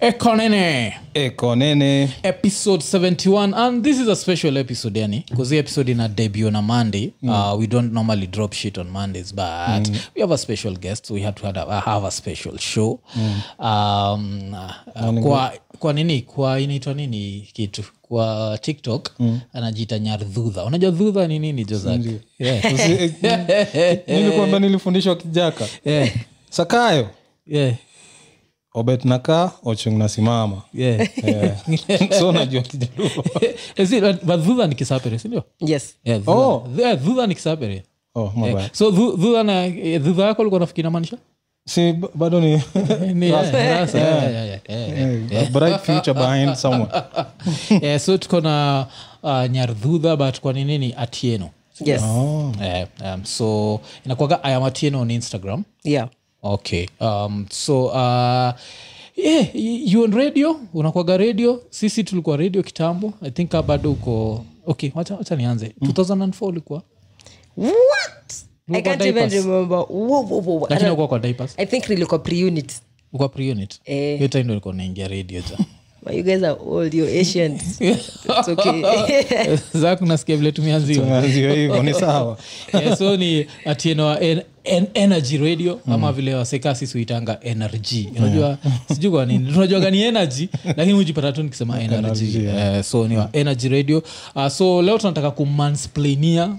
ekonene ekonene episode 71 and this is a special episode yani because the episode in a debut on a monday uh, we don't normally drop shit on mondays but we have a special guest so we had to had a, have a special show um, uh, kwa, kwa nini kwa inaitwa nini kitu kwa tiktok anajiita nyardhudha unajua dhudha ni nini jozak yeah. Usi- eh, nilikwambia nilifundishwa kijaka yeah. sakayo yeah. obet nakaa ochung nasimama yeah. Eh, so najua kijaluo Is it- but- but dhudha ni kisapere sindio yes yeah, dhudha, Oh. yeah, dhudha ni kisapere oh, my bad. so dhu- dhudha na eh, dhudha yako alikuwa nafikiri maanisha si b- bado ni eh, a bright future behind someone Eh, so tuko na uh, nyardhudha but kwa nini ni atieno yes Eh, um, so inakwaga i am atieno on instagram yeah okay um, so uh, yeah, y- you on radio unakwaga radio sisi tulikuwa radio kitambo i think uh, bado uko okay wacha, wacha nianze 2004 ulikuwa what Look i can't at even diapers. remember whoa, whoa, whoa. whoa. I, lakini don't- ukuwa kwa diapers I think nilikuwa pre-unit ukuwa pre-unit Eh. hiyo time ndo ulikuwa unaingia radio ja But you guys are old you're ancient it's okay zak nasikia vile tumeanziwa Tumeanzia hivyo ni sawa yeah, Eh, so ni uh, atieno wa en, en, energy radio ama vile waseka sisi huitanga nrg unajua sijui kwa nini tunajuaga ni energy lakini hujipata tu nikisema nrg Eh, so ni wa energy radio uh, so leo tunataka kumansplainia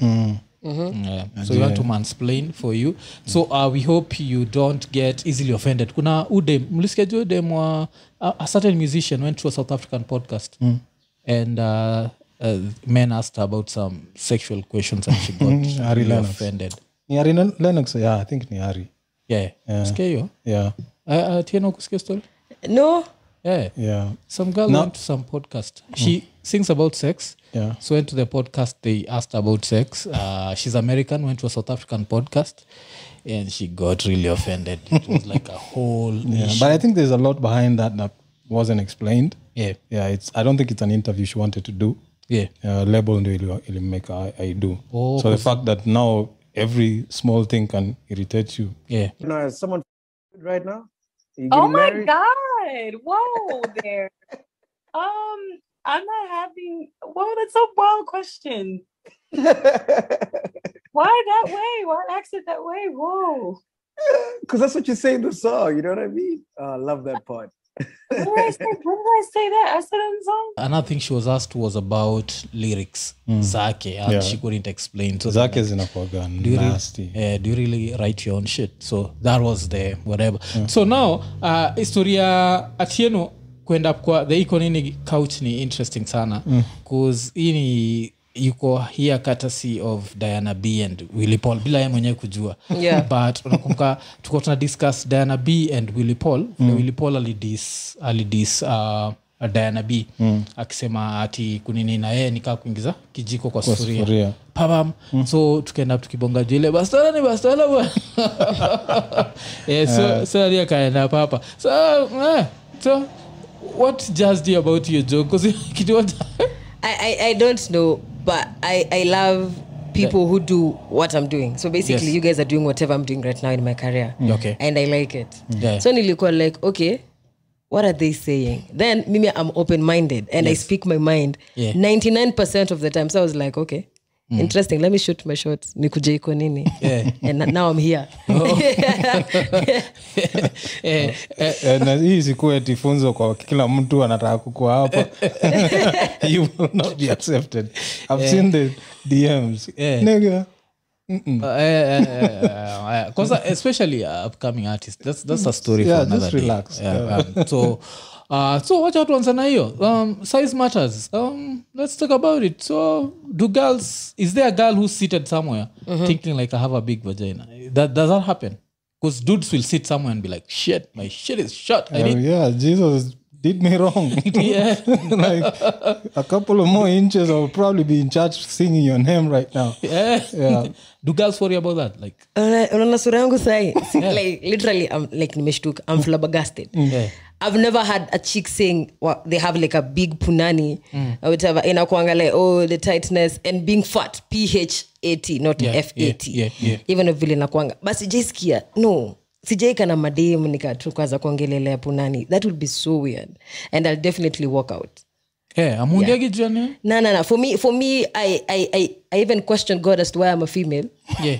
Yeah. so we want to mansplain for you so uh, we hope you don't get easily offended kuna udem mlisikia juu udem wa a, a certain musician went to a south african podcast and uh, uh, men asked her about some sexual questions and she got Ari really Lennox. offended ni ari Len- lennox yeah, i think ni ari yeah, yeah. sikia hiyo yeah, Uh, uh, tieno kusikia story no yeah yeah. some girl went to some podcast she sings about sex Mm. Yeah. so went to the podcast they asked about sex uh, she's american went to a south african podcast and she got really offended it was like a whole Yeah, issue. but i think there's a lot behind that that wasn't explained yeah yeah it's i don't think it's an interview she wanted to do yeah uh, label ndio ili- ilimeka I, I do Oh, so the fact that now every small thing can irritate you yeah You know, is someone right now? Are you Oh getting my married? god! Whoa there. um, I'm not having. Whoa, that's a wild question. Why that way? Why accent that way? Whoa. Because that's what you say in the song. You know what I mean? Oh, I love that part. When did I say? When did I say that? I said it in the song. another thing she was asked was about lyrics zake and Mm. Yeah. she couldn't explain so zake zinakuaga nasty uh, do you really write your own shit so that was the whatever so now uh, historia atieno kwenda kwa the iconini couch ni interesting sana bcause hii ni yuko here courtesy of diana b and willy paul bila ye mwenyewe kujua Yeah. but unakumbuka tuko tuna discuss diana b and willy paul mm. willy paul alidis alidis uh, diana b mm. akisema ati kunini na yeye nikaa kuingiza kijiko kwa sufuria sufuria. pabam so tukaenda tukibonga juu ile bastara ni bastara bwana." Eh, so- so Ali akaenda papa so, eh, so what jazzed you about your joke 'Cause kitu what- I, I i don't know but i i love people who do what i'm doing so basically Yes. you guys are doing whatever i'm doing right now in my career Okay. and i like it Yeah. so nilikuwa like okay what are they saying then mimi i'm open-minded and i speak my mind Yeah. Mm. 99% of the time so i was like okay interesting let me shoot my shot nikuje iko nini Yeah. Oh. and now i'm here Eh, eh, Eh, na hii isikuwe eti funzo kwa kila mtu anataka kukua hapa you will not be accepted i've seen the dms nigga eh, eh, eh, eh, 'cause especially uh, upcoming artist that's, that's a story Yeah, for just another day. relax. Yeah, um, so uh, so wacha watu wanzana hiyo um, size matters um, let's talk about it so do girls is there a girl who's seated somewhere Mm-hmm. thinking like i have a big vagina that, does that happen because dudes will sit somewhere and be like shit my shit is shut I Uh, need yeah jesus did me wrong yeah. like a couple of more inches i'll probably be in church singing your name right now yeah. Yeah. do girls worry about that like Unaona- unaona sura yangu sahi Si- like, literally I'm, like nimeshtuka i'm flabbergasted yeah. I've never had a chick saying well, they have like a big punani Mm. or whatever. And like, oh, the tightness and being fat, PH80, not Yeah, yeah, F80. yeah, yeah. Even a villain akwanga. But just here, no. sijaika na madem nikatu kwanza kuongelelea punani that would be so weird and i'll definitely walk out Eh, amuongeagi juu ya nini? no no no for me for me i i i, I even question god as to why i'm a female Yeah.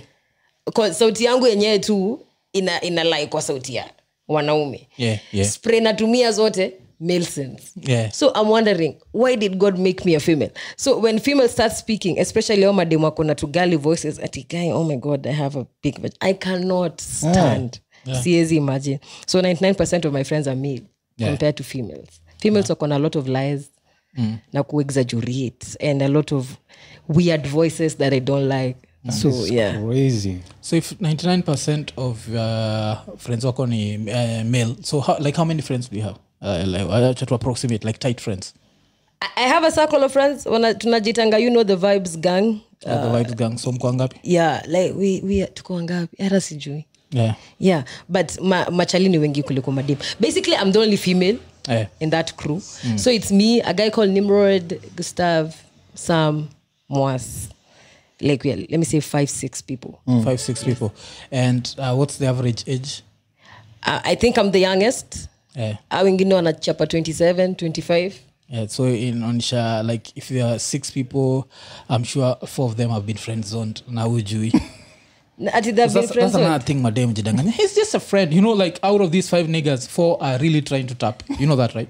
'Cause sauti yangu yenyewe tu ina inalai kwa sauti ya wanaume Yeah, yeah, spray natumia zote male sense yeah. so i'm wondering why did god make me a female so when female start speaking especially all madem wako na tugali voices ati guy oh my god i have a big vag- i cannot Ah, stand siezi imagine so 99% of my friends are male Yeah. compared to females females wako na a lot of lies Mm. na kuexaggerate and a lot of weird voices that i don't like so yeah crazy so if 99 of uh, friends wako ni uh, male so how, like how many friends do you have uh, like, wacha tu approximate like tight friends I- i have a circle of friends wana- tunajitanga you know the vibes gang uh, the vibes gang so mko ngapi yeah like we, we tuko wangapi hata sijui yeah yeah but ma, machali ni wengi kuliko madim basically i'm the only female eh in that crew so it's me a guy called nimrod gustav sam moas like we are, let me say five six people 5 6 people and uh, what's the average age Uh, I, i think i'm the youngest eh Ah, wengine wanachapa 27 25 Yeah, so inaonyesha like if you are six people i'm sure four of them have been friend zoned na ujui Na ati that's, they've been that's friends with- another thing madam jidanganya he's just a friend you know like out of these five niggas four are really trying to tap you know that right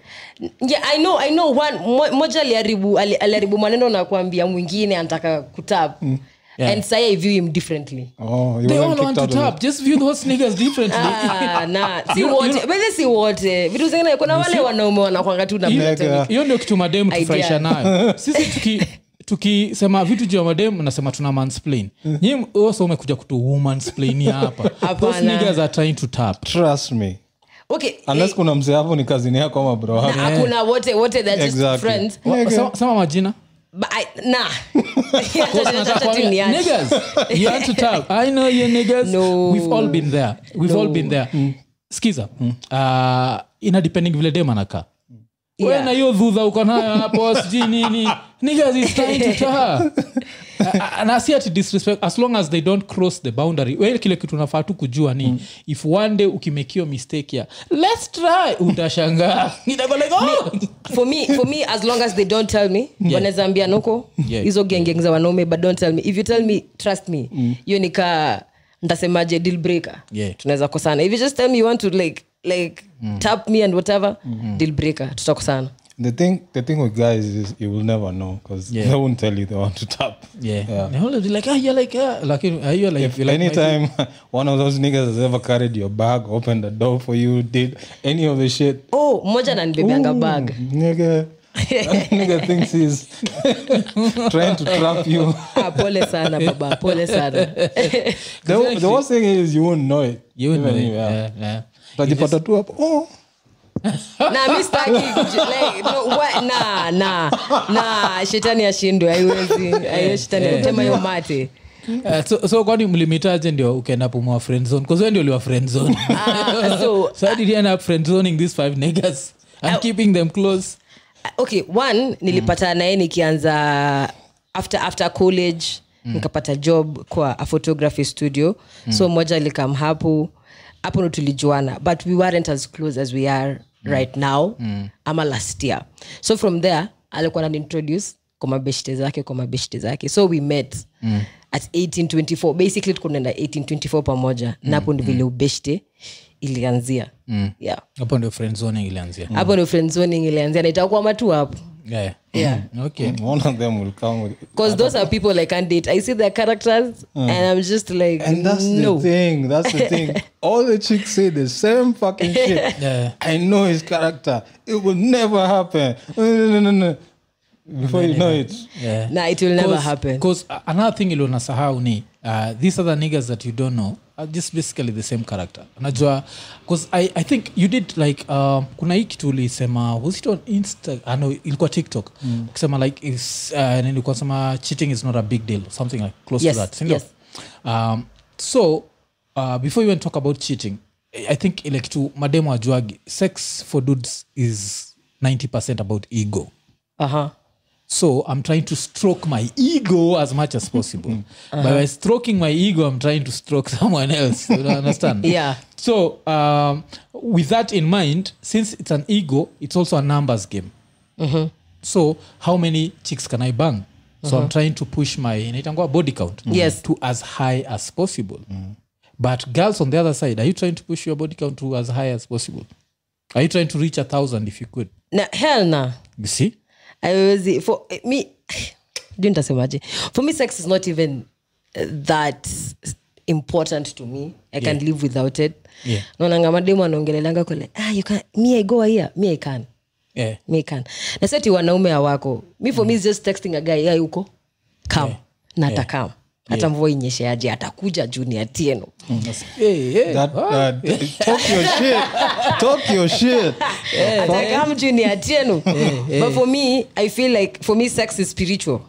yeah i know i know one mo- moja aliharibu ali- aliharibu maneno na kuambia mwingine anataka kutap Mm. Yeah. and sai i view him differently oh you they all weren't want kicked to out of tap just view those niggas differently Ah, na si wote bedhe si wote vitu zingine kuna wale wanaume wanakwanga tu na Nigga. platonic. hiyo ndio kitu madem Idea. tufurahisha nayo sisi tuki tukisema vitu juu ya madem nasema tuna mansplain nyi wose umekuja kutuwomansplainia hapa those Hapana. niggas are trying to tap it. trust me okay unless eh, kuna mzee hapo ni kazini yako ama bro na wako. hakuna wote wote they're just Exactly. friends Wa- Nigga. sema- sema majina But I- nah. Because nataka kuambia, "Niggas, you want to tap. I know you niggas. No. We've all been there. We've all been there. Skiza. Uh, ina depending vile dem anakaa. Wewe Yeah. na hiyo dhudha uko nayo hapo sijui nini. Niggas is trying to tap. Uh, na si ati disrespect as long as they don't cross the boundary well kile kitu unafaa tu kujua ni if one day ukimekio mistake ya let's try utashangaa Nitakuwa like, "Oh!" for me for me as long as they don't tell me wanaweza ambia nuko Yeah. hizo gengeng za wanaume but don't tell me if you tell me trust me hiyo ni ka ntasemaje deal breaker Mm. Yeah. Mm. tunaweza kosana if you just tell me you want to like like tap me and whatever Mm-hmm. deal breaker tutakosana the thing the thing with guys is you will never know because Yeah. they won't tell you they want to tap yeah, They always be like ah you're like ah lakini ah, you're like If you're like my anytime one of those niggas has ever carried your bag, opened the door for you, did any of the shit, oh mmoja ananibebeanga bag nigga, that nigga thinks he's trying to trap you. Ah, pole sana baba pole sana The, the worst thing is you won't know it. You would know Even it. if, yeah. Yeah, yeah. Utajipata tu hapo, oh, na mi sitaki kuji- like, no, wa- na na na shetani ashindwe aiwezi aiyo shetani utema hiyo mate Uh, so, so kwani mlimitaje ndio ukaenda pumoa friendzone kazwe ndio liwa friendzone Ah, so- so i did end up friendzoning these five niggas and keeping them close okay one nilipata naye nikianza after after college nikapata job kwa a photography studio so moja alikam hapo hapo ndo tulijuana but we weren't as close as we are right now ama last year so from there alikuwa nanintroduce kwa mabeshte zake kwa mabeshte zake so we met at 1824 basically tukunaenda 1824 pamoja na hapo ndo vile ubeshte ilianzia yeah hapo ndio friendzoning ilianzia hapo ndo friendzoning ilianzia na itakuwa matu hapo yeah. Yeah. Mm-hmm. Mm. okay one of them will come. With Because those are people I can't date. I see their characters and I'm just like, And that's no. the thing. That's the thing. All the chicks say the same fucking shit. Yeah. I know his character. It will never happen. No, no, no, no. Before you know it, yeah. Nah, it will never Cause- happen. cause, uh, another thing ilionasahau ni uh, these other niggas that you don't know are just basically the same character najua bcause I, i think you did like um, kuna hii kitu ulisema was it on insta uh, no, ilikuwa tiktok Mm. ukisema like is, uh, nini ulikuwa unasema cheating is not a big deal something like close Yes, to that sindio? yes. um, so uh, before you even talk about cheating i I think ile kitu mademo ajuagi sex for dudes is 90 about ego Uh huh. so i'm trying to stroke my ego as much as possible Uh-huh. but by stroking my ego i'm trying to stroke someone else you don't understand Yeah. so um, with that in mind since it's an ego it's also a numbers game Mm-hmm. so how many chicks can i bang so i'm trying to push my inaitangwa body count Mm-hmm. Yes. Mm-hmm. to as high as possible but girls on the other side are you trying to push your body count to as high as possible are you trying to reach a thousand if you could na hell na you see haiwezi for eh, me do nitasemaje for me sex is not even eh, that important to me i can live without it Yeah. naonanga mademu anaongelelanga kule ah, you can, me i go here me i can yeah me I can naseti wanaume awako mi for mm. me is just texting a guy "Hey, uko kam yeah. na atakam yeah. hata mvua inyesheaje atakuja juu ni atieno Hey, hey. That, uh, d- talk your shit. Talk your shit. atakam juu ni atieno but for me i feel like for me sex is spiritual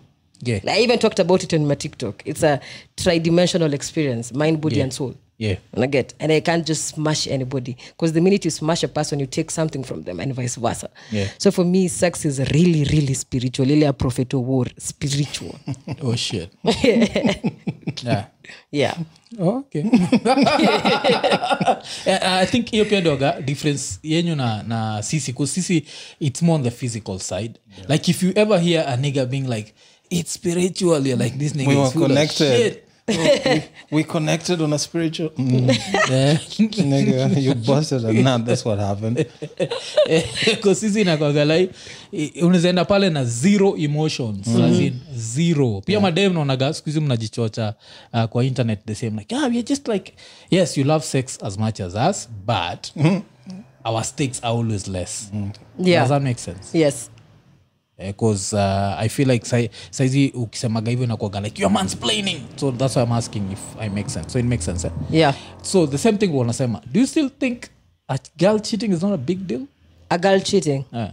yeah Like, I even talked about it on my TikTok. It's a tridimensional experience, mind, body, Yeah. and soul. yeah And I get, and I can't just smash anybody because the minute you smash a person, you take something from them, and vice versa. Yeah. So for me, sex is really, really spiritual. Really a prophet of war, spiritual. oh shit yeah yeah. Oh, okay Eh, i think hiyo pia ndoga difference yenyu na, na sisi bcause sisi it's more on the physical side like if you ever hear a nigger being like it's spiritual you're like this nigga We is were full of connected. shit." We connected on a spiritual. Mm, Eh, nigga, you busted and now that's what happened. kosisi nakwagalai unazaenda pale na zero emotions mm. as in zero pia yeah. madem naonaga skuhizi mnajichocha uh, kwa internet the same like ah, we're just like yes you love sex as much as us but our stakes are always less Yeah. does that make sense Yes. because uh, i feel like sai- saizi ukisemaga hivyo nakwaga like you're mansplaining so that's why i'm asking if i make sense so it makes sense eh? Yeah. so the same thing wanasema do you still think a girl cheating is not a big deal A girl cheating, Eh,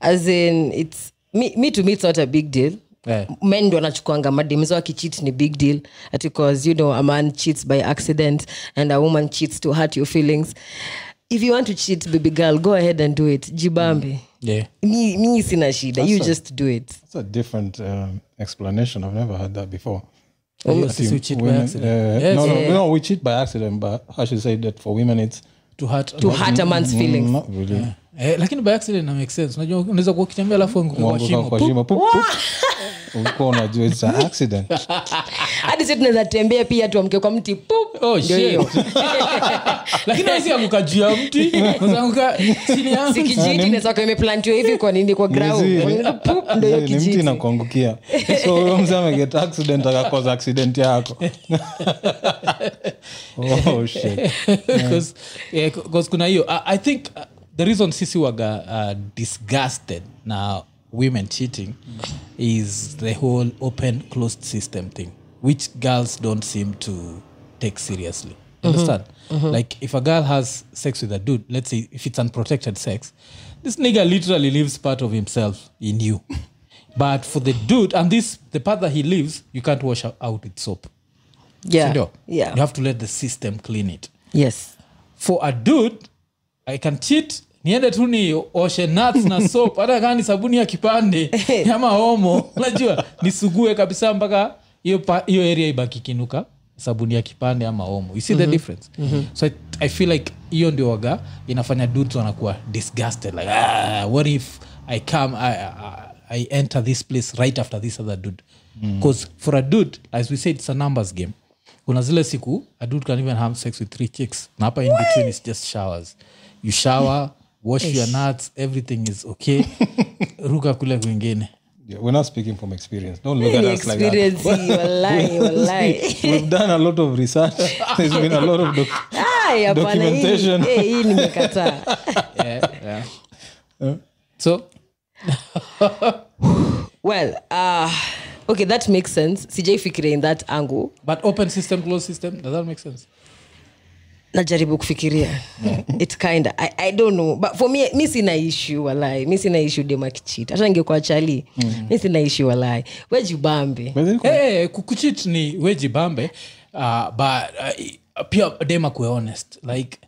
as in it's me. Me to me, it's not a big deal. eh. men ndo anachukuanga mademzo akicheat ni big deal Ati because you know a man cheats by accident and a woman cheats to hurt your feelings if you want to cheat baby girl go ahead and do it jibambe Mm. yeah mi, mi sina shida you just do it That's a different um, explanation. I've never heard that before. Hiyo I sisi think ucheat by women- accident. uh, Yes. no, no, Yeah. no, we cheat by accident, but I should say that for women, it's To hurt- to hurt a Mm. man's feelings not really. Eh, lakini by accident na make sense unajua unaweza kuwa ukitembea alafu anguke kwa Kuanguka shimo kwa Pup. shimo, pup, pup. Ulikuwa unajua it's an accident. Mm. hadi si tunaweza tembea pia tuamke kwa mti pup Oh, ndio hiyo. lakini hawezi anguka juu ya mti unaweza anguka chini ya Si mti kijiti Yaani, inaweza kuwa imeplantiwa hivi kwa nini kwa ground Mzee, pup ndio hiyo mzee, Yaani, ni mti kijiti nakuangukia so huyo mzee ameget accident akakoza accident yako oh, shit. because yeah, 'cause kuna hiyo I, i think uh, the reason sisi waga uh, disgusted na women cheating is the whole open closed system thing which girls don't seem to take seriously Mm-hmm. understand like if a girl has sex with a dude let's say if it's unprotected sex this nigga literally leaves part of himself in you but for the dude and this the part that he leaves you can't wash out with soap yeah Sindio? yeah you have to let the system clean it yes for a dude i can cheat niende tu ni oshe nuts na soap hata kaa ni sabuni ya kipande ama omo unajua nisugue kabisa mpaka hiyo pa- hiyo area ibaki kinuka sabuni ya kipande ama omo you see mm-hmm. the difference mm-hmm. so I, i feel like hiyo ndio waga inafanya dudes wanakuwa disgusted like ah, what if i come I, I, I enter this place right after this other dude because for a dude as we said it's a numbers game kuna zile siku a dude can even have sex with three chicks na hapa in between is just showers you shower wash your nuts everything is okay ruka kule kwingine Yeah, we're not speaking from experience don't look Ni at us like that experience hii, wallahi wallahi we've done a lot of research. There's been a lot of doc- Ay, hapana, hii- Documentation. eh, hii nimekataa so well uh, okay that makes sense sijaifikiria in that angle but open system closed system does that make sense najaribu kufikiria it kinda I, i don't know but for me mi sina ishu walai mi sina ishu demakichit hata ingekuwa chali Mm. mi sina ishu walai wejibambe But then- hey, Eh, kukuchit ni wejibambe uh, but uh, pia dema kue honest like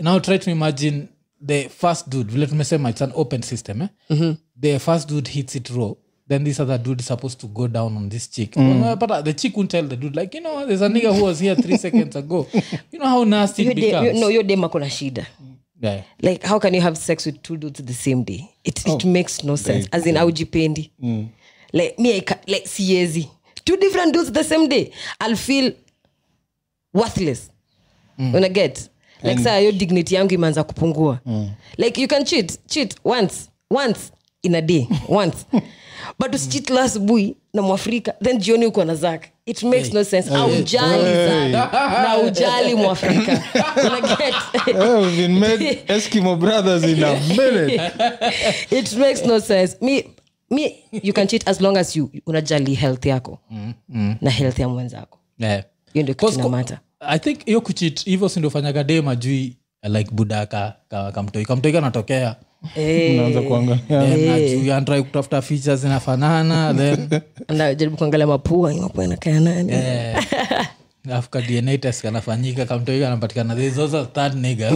now try to imagine Mhm. the first dude vile tumesema it's an open system eh? the first dude hits it raw then this other dude is supposed to go down on this chick but uh, the chick won't tell the dude like you know there's a nigga who was here three seconds ago you know how nasty Hiyo it day- hiyo- becomes no hiyo dem ako na shida yeah. like how can you have sex with two dudes the same day it, it makes no sense as in aujipendi like me I ca- like siezi two different dudes the same day i'll feel worthless una get like saa hiyo dignity yangu imeanza kupungua like you can cheat cheat once once in a day once but usichit last bui na mwafrika then jioni uko na zak it makes no sense aujali hey. na ujali mwafrika Una get? Oh, we've been made Eskimo brothers in a minute. it makes no sense me, me you can cheat as long as you unajali health yako mm, mm. na health ya mwenzako Yeah. hiyo ndio Cause kitu mata i think hiyo kuchit hivyo sindofanyaga dema jui like budaka kamtoi kamtoi kanatokea Eh. Unaanza kuangalia. antrai kutafuta features inafanana then najaribu kuangalia mapua mapua inakaa nani eh, alafu ka dna test kanafanyika kamtoi kanapatikana there is also a third nigga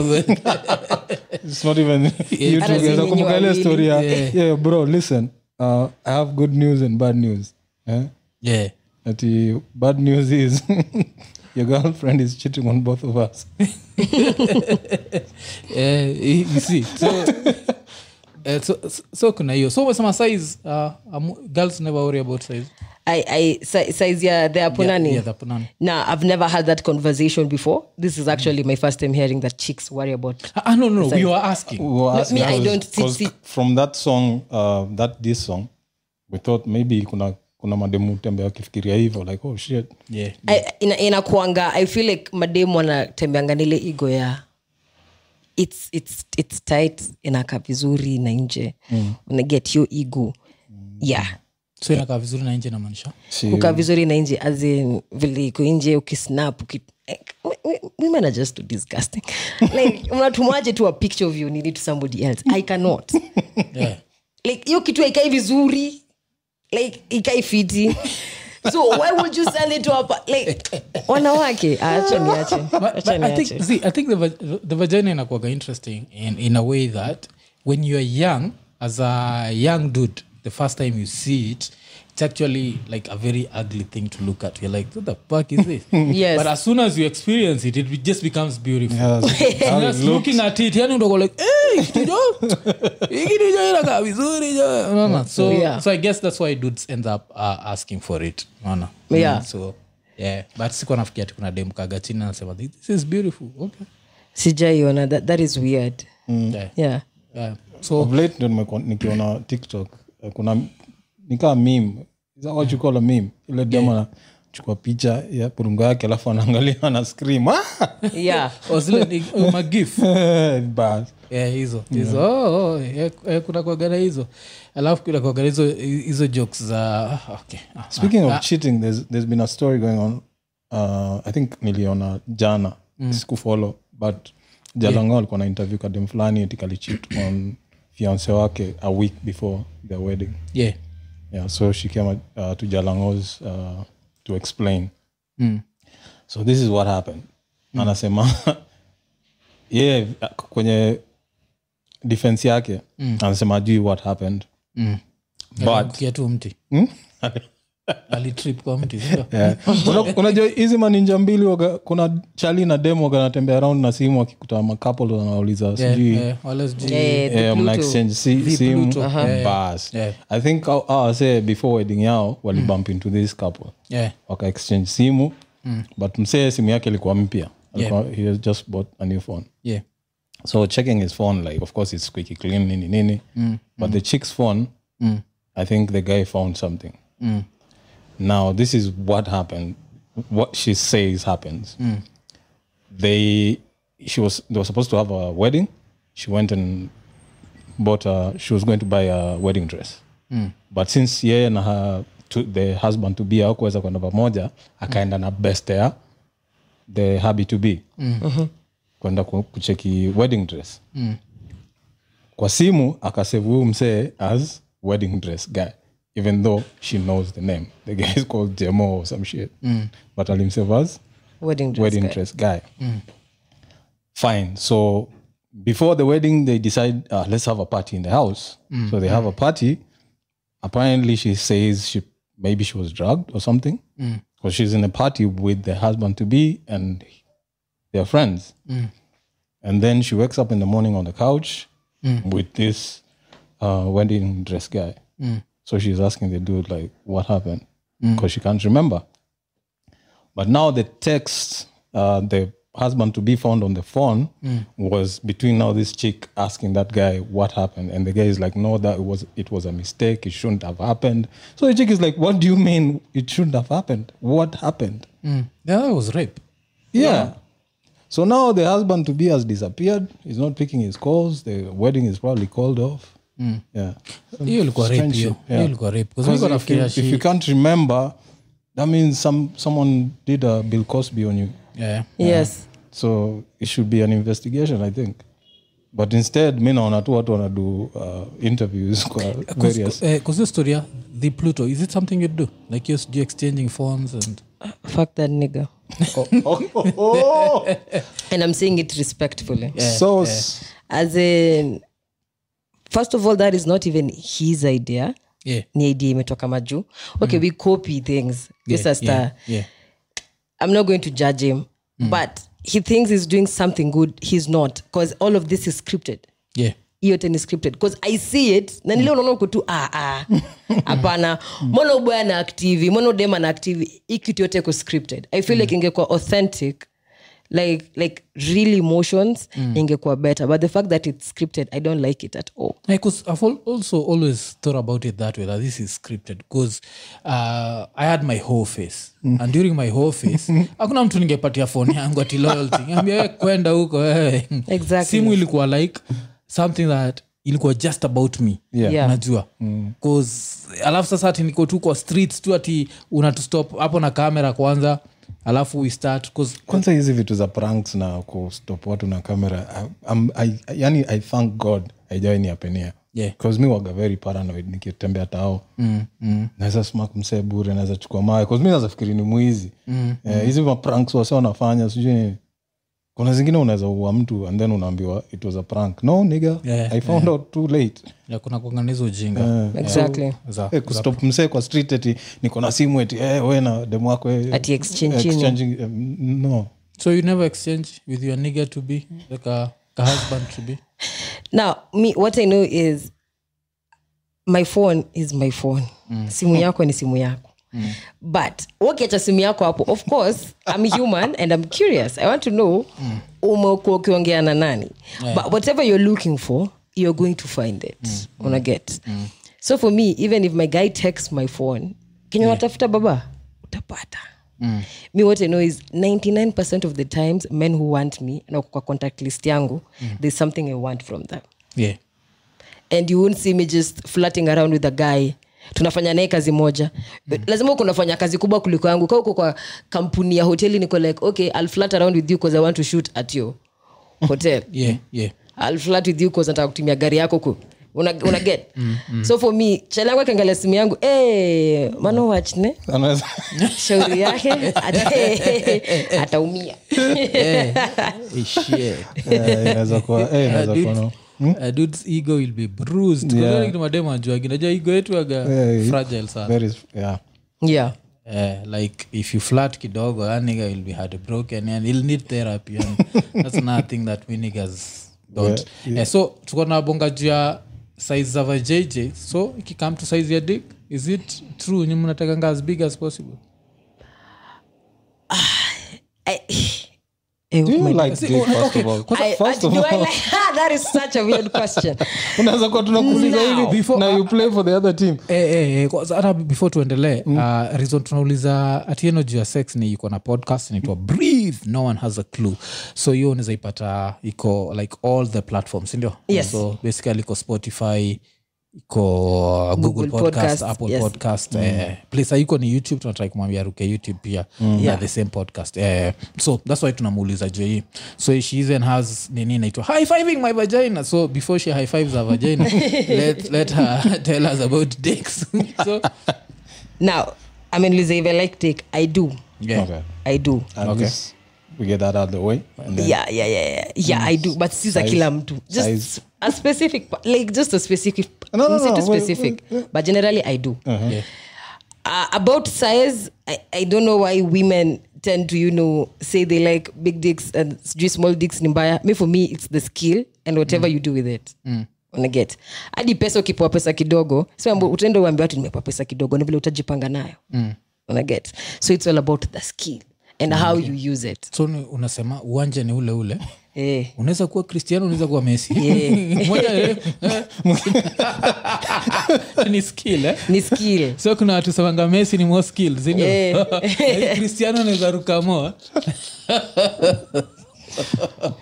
It's not even you two Hata si guys. nyinyi Nakumbuka ile wawili. story ya- Yeah, bro, listen. Uh, I have good news and bad news. Eh? yeah Ati bad news is your girlfriend is cheating on both of us. Eh, you see, so, eh, so, so, so kuna hiyo so umesema size uh, amu- girls never worry about size I, I, si- size ya theapo Yeah, nani yeah, the punani. na i've never had that conversation before this is actually my first time hearing that chicks worry about Ah, ah, no, no, no, we were asking We were No, asking me, I us, don't see- 'cause see- from that song uh, that this song we thought maybe kuna kuna mademu tembea wakifikiria hivyo like oh shit yeah. I- ina- inakuanga i feel like mademu anatembeanga nile igo ya it's, it's, it's tight inaka vizuri na nje mm. unaget hiyo igo yeah so inakaa vizuri na nje namaanisha She- kukaa vizuri na nje as in vile iko nje ukisnap uki eh, like, w- w- women are just too disgusting like unatumaje tu a picture of you nini to somebody else i cannot yeah. like hiyo kitu aikai vizuri like ikai fiti so why would you send it to a pa- like wanawake acha niache But- acha but I think- niache see, I think the va- the vagina inakuaga interesting in, in a way that when you're young as a young dude the first time you see it it's actually like a very ugly thing to look at you're like what the fuck is this Yes. but as soon as you experience it it be- just becomes beautiful Yeah, that's- And just looking at it yani utakuwa like "Eh, kitu jo hii kitu jo inakaa vizuri jo unaona so, Yeah. so i guess that's why dudes end up uh, asking for it unaona Yeah. Mm, so yeah but sikuwa nafikia ati kuna demu kaga chini anasema this is beautiful okay sijaiona that, that is weird yeah. yeah Yeah. so of late ndo nimekuwa nikiona tiktok eh, kuna nikaa mim wachukua la mim ile demo anachukua picha ya purunga yake alafu anaangalia ana scream "Ah!" yeah oh, ozile magif Bas. Yeah, hizo hizo oh, oh, yeah, eh, kuna kuagana hizo alafu kuna kuagana hizo hizo jokes za ah, okay. Ah, speaking of cheating there's, there's been a story going on uh, i think niliona jana Mm. sikufollow but jalongo alikuwa na interview kadem fulani tikalichit on fiance wake a week before their wedding yeah. yeah so she came uh, to jalangos uh, to explain Hmm. so this is what happened anasema yeah kwenye defense yake Hmm. anasema ajui what happened but Aliangukia tu mti alitrip kwa mti sindio? Yeah. Una- unajua hizi maninja mbili waga, kuna chali na demo ganatembea around na simu akikuta makapo wanauliza Yeah, sijui eh, wala sijui- Eh, the eh, Pluto. mnaexchange si- simu Pluto. Aha. Yeah. bas Yeah. i think au- au wasee before wedding yao walibump into this couple Yeah, waka exchange simu but msee simu yake ilikuwa mpya Alikuwa- he has just bought a new phone yeah. so checking his phone like of course it's squeaky clean nini nini but the chick's phone i think the guy found something now this is what happened what she says happens they she was they were supposed to have a wedding she went and bought a she was going to buy a wedding dress but since yeye na her, to, the husband to be hawakuweza kwenda pamoja akaenda na best ya the hubby to be kwenda ku- kucheki wedding dress kwa simu akasave huyu msee as wedding dress guy even though she knows the name the guy is called jemo or some shit but alimsave as wedding dress wedding guy. dress guy fine so "Ah, Mm. before the wedding they decide uh, let's have a party in the house so they have a party apparently she says she maybe she was drugged or something because she's in a party with the husband to be and their friends and then she wakes up in the morning on the couch with this uh, wedding dress guy so she's asking the dude like what happened because she can't remember but now the text uh, the husband to be found on the phone Mm. was between now this chick asking that guy what happened and the guy is like no that was it was a mistake it shouldn't have happened so the chick is like what do you mean it shouldn't have happened what happened Mm. yeah that was rape yeah. So now the husband to be has disappeared. He's not picking his calls. The wedding is probably called off. Mm. Yeah. hiyo ilikuwa rape Strange hiyo shit, yeah. hiyo ilikuwa rape 'Cause Because nilikuwa if, you, nafikiria if you she- can't remember, that means some someone did a Bill Cosby on you. yeah. yes So it should be an investigation, I think. But instead, mi naona tu watu wanadu uh, interviews kwa various. kuzio storia the pluto is it something you'd do like you do exchanging phones and fuck that nigga and i'm saying it respectfully Oh, so as in first of all that is not even his idea yeah ni idea imetoka majuu okay we copy things this yeah, star yeah, uh, yeah. I'm not going to judge him, but he thinks he's doing something good. He's not, because all of this is scripted. yeah Hii yote ni scripted because i see it na nileo unaona uko tu "Ah, ah." hapana mbona ubaya na active mbona udema na active hii kitu yote iko scripted i feel like ingekuwa authentic like like real emotions ingekuwa better but the fact that it's scripted i don't like it at all I cause I've al- also always thought about it that way that this is scripted because uh, I had my whole face Mm. and during my whole face hakuna mtu ningepatia phone yangu ati loyalty Niambia, "Eh, kwenda huko eh." Exactly. simu ilikuwa like something that ilikuwa just about me Yeah. Mm. Yeah. najua Cause, alafu sasa ati niko tu kwa streets tu ati unatustop hapo na kamera kwanza alafu we start 'cause kwanza hizi vitu za pranks na kustop watu na kamera I- I'm- I- yani i thank god haijawai niapenia Yeah. bcause mi waga very paranoid nikitembea tao mm, mm. naweza smak msee bure naweza chukua mawe bcause mi naweza fikiri ni mwizi mm, eh, hizi mapranks wase wanafanya sijui nini. kuna zingine unaweza ua mtu and then unaambiwa it was a prank no nigga Yeah, i found out too late ya kuna kuanganiza ujinga exactly za Eh, kustop msee kwa street eti niko na simu eti eh, we na demu wako eh, Ati exchanging. exchanging, eh, no so you never exchange with your nigger to be like a, a husband to be now me what i know is my phone is my phone simu yako ni simu yako but wakiacha simu yako hapo of course i'm human and i'm curious i want to know umekuwa ukiongea na nani but whatever you're looking for you're going to find it una get so for me even if my guy texts my phone kenya unatafuta baba utapata me what i know is 99 of the times men who want me na kwa contact list yangu there's something i want from them yeah and you won't see me just flirting around with a guy tunafanya naye kazi moja Mm. lazima uko unafanya kazi kubwa kuliko yangu ka uko kwa kampuni ya hoteli niko like okay I'll flirt around with you because i want to shoot at your hotel yeah yeah I'll flirt with you because nataka kutumia gari yako ku una, una get Mm, so for me chale yangu akiangalia simu yangu hey, Mm. mano wachne anaweza shauri yake ata- ataumia Eh, inaweza kuwa eh, inaweza kuwa no. A dude's Eh, ego will be bruised Kuna Yeah. wale kitu mademu ajuagi najua ego yetu aga Eh, fragile sana Very s- yeah. yeah Eh, like if you flat kidogo that nigga will be heartbroken and he'll need therapy and that's another thing that we niggas don't Eh, so tuko na bonga juu ya size za vajj so ikikam to size ya dick is it true nyi mnatakanga as big as possible I, Eh, Do you my- like dick, first of all? I- Mm. First I- of do I all, like- ah, that is such a weird question unaweza kuwa tunakuuliza hili Before- na you play for the other team Eh, eh, eh, kwanza hata before tuendelee uh, reason tunauliza atieno juu ya sex ni iko na podcast inaitwa breathe no one has a clue so hiyo unaweza ipata iko like all the platforms sindio Yes. so basically iko spotify iko google Google podcast, Podcast, apple yes. Mm. podcast eh, place haiko ni youtube tunatrai kumwambia ruke youtube pia mm. yeah. the same podcast eh, so thats why tunamuuliza juu ya hii so she even has nini inaitwa high-fiving my vagina so before she high-fives her vagina let, let her tell us about dicks so now ameniuliza if i like dick i do yeah. okay. i do At least we get that out of the way and then yeah yeah yeah yeah, yeah i do but si za Size- kila mtu just size. a specific pa- like just a specific No, no, msi no, too wait, specific but generally i do Uh-huh. Yeah. uh, about size I, I don't know why women tend to you know say they like big dicks and sijui small dicks ni mbaya me for me it's the skill and whatever Mm. you do with it unaget hadi pesa ukipewa pesa kidogo siambo Mm. utenda uambia watu nimepewa pesa kidogo ni vile utajipanga nayo unaget so it's all about the skill Mm. and how you use it so ni- unasema uwanja ni ule ule eh. unaweza kuwa kristiano unaweza kuwa mesi Moja, eh, eh. ni skill eh? ni skill so kuna watu semanga mesi ni more skill sindio Yeah. kristiano Yaani anaweza ruka more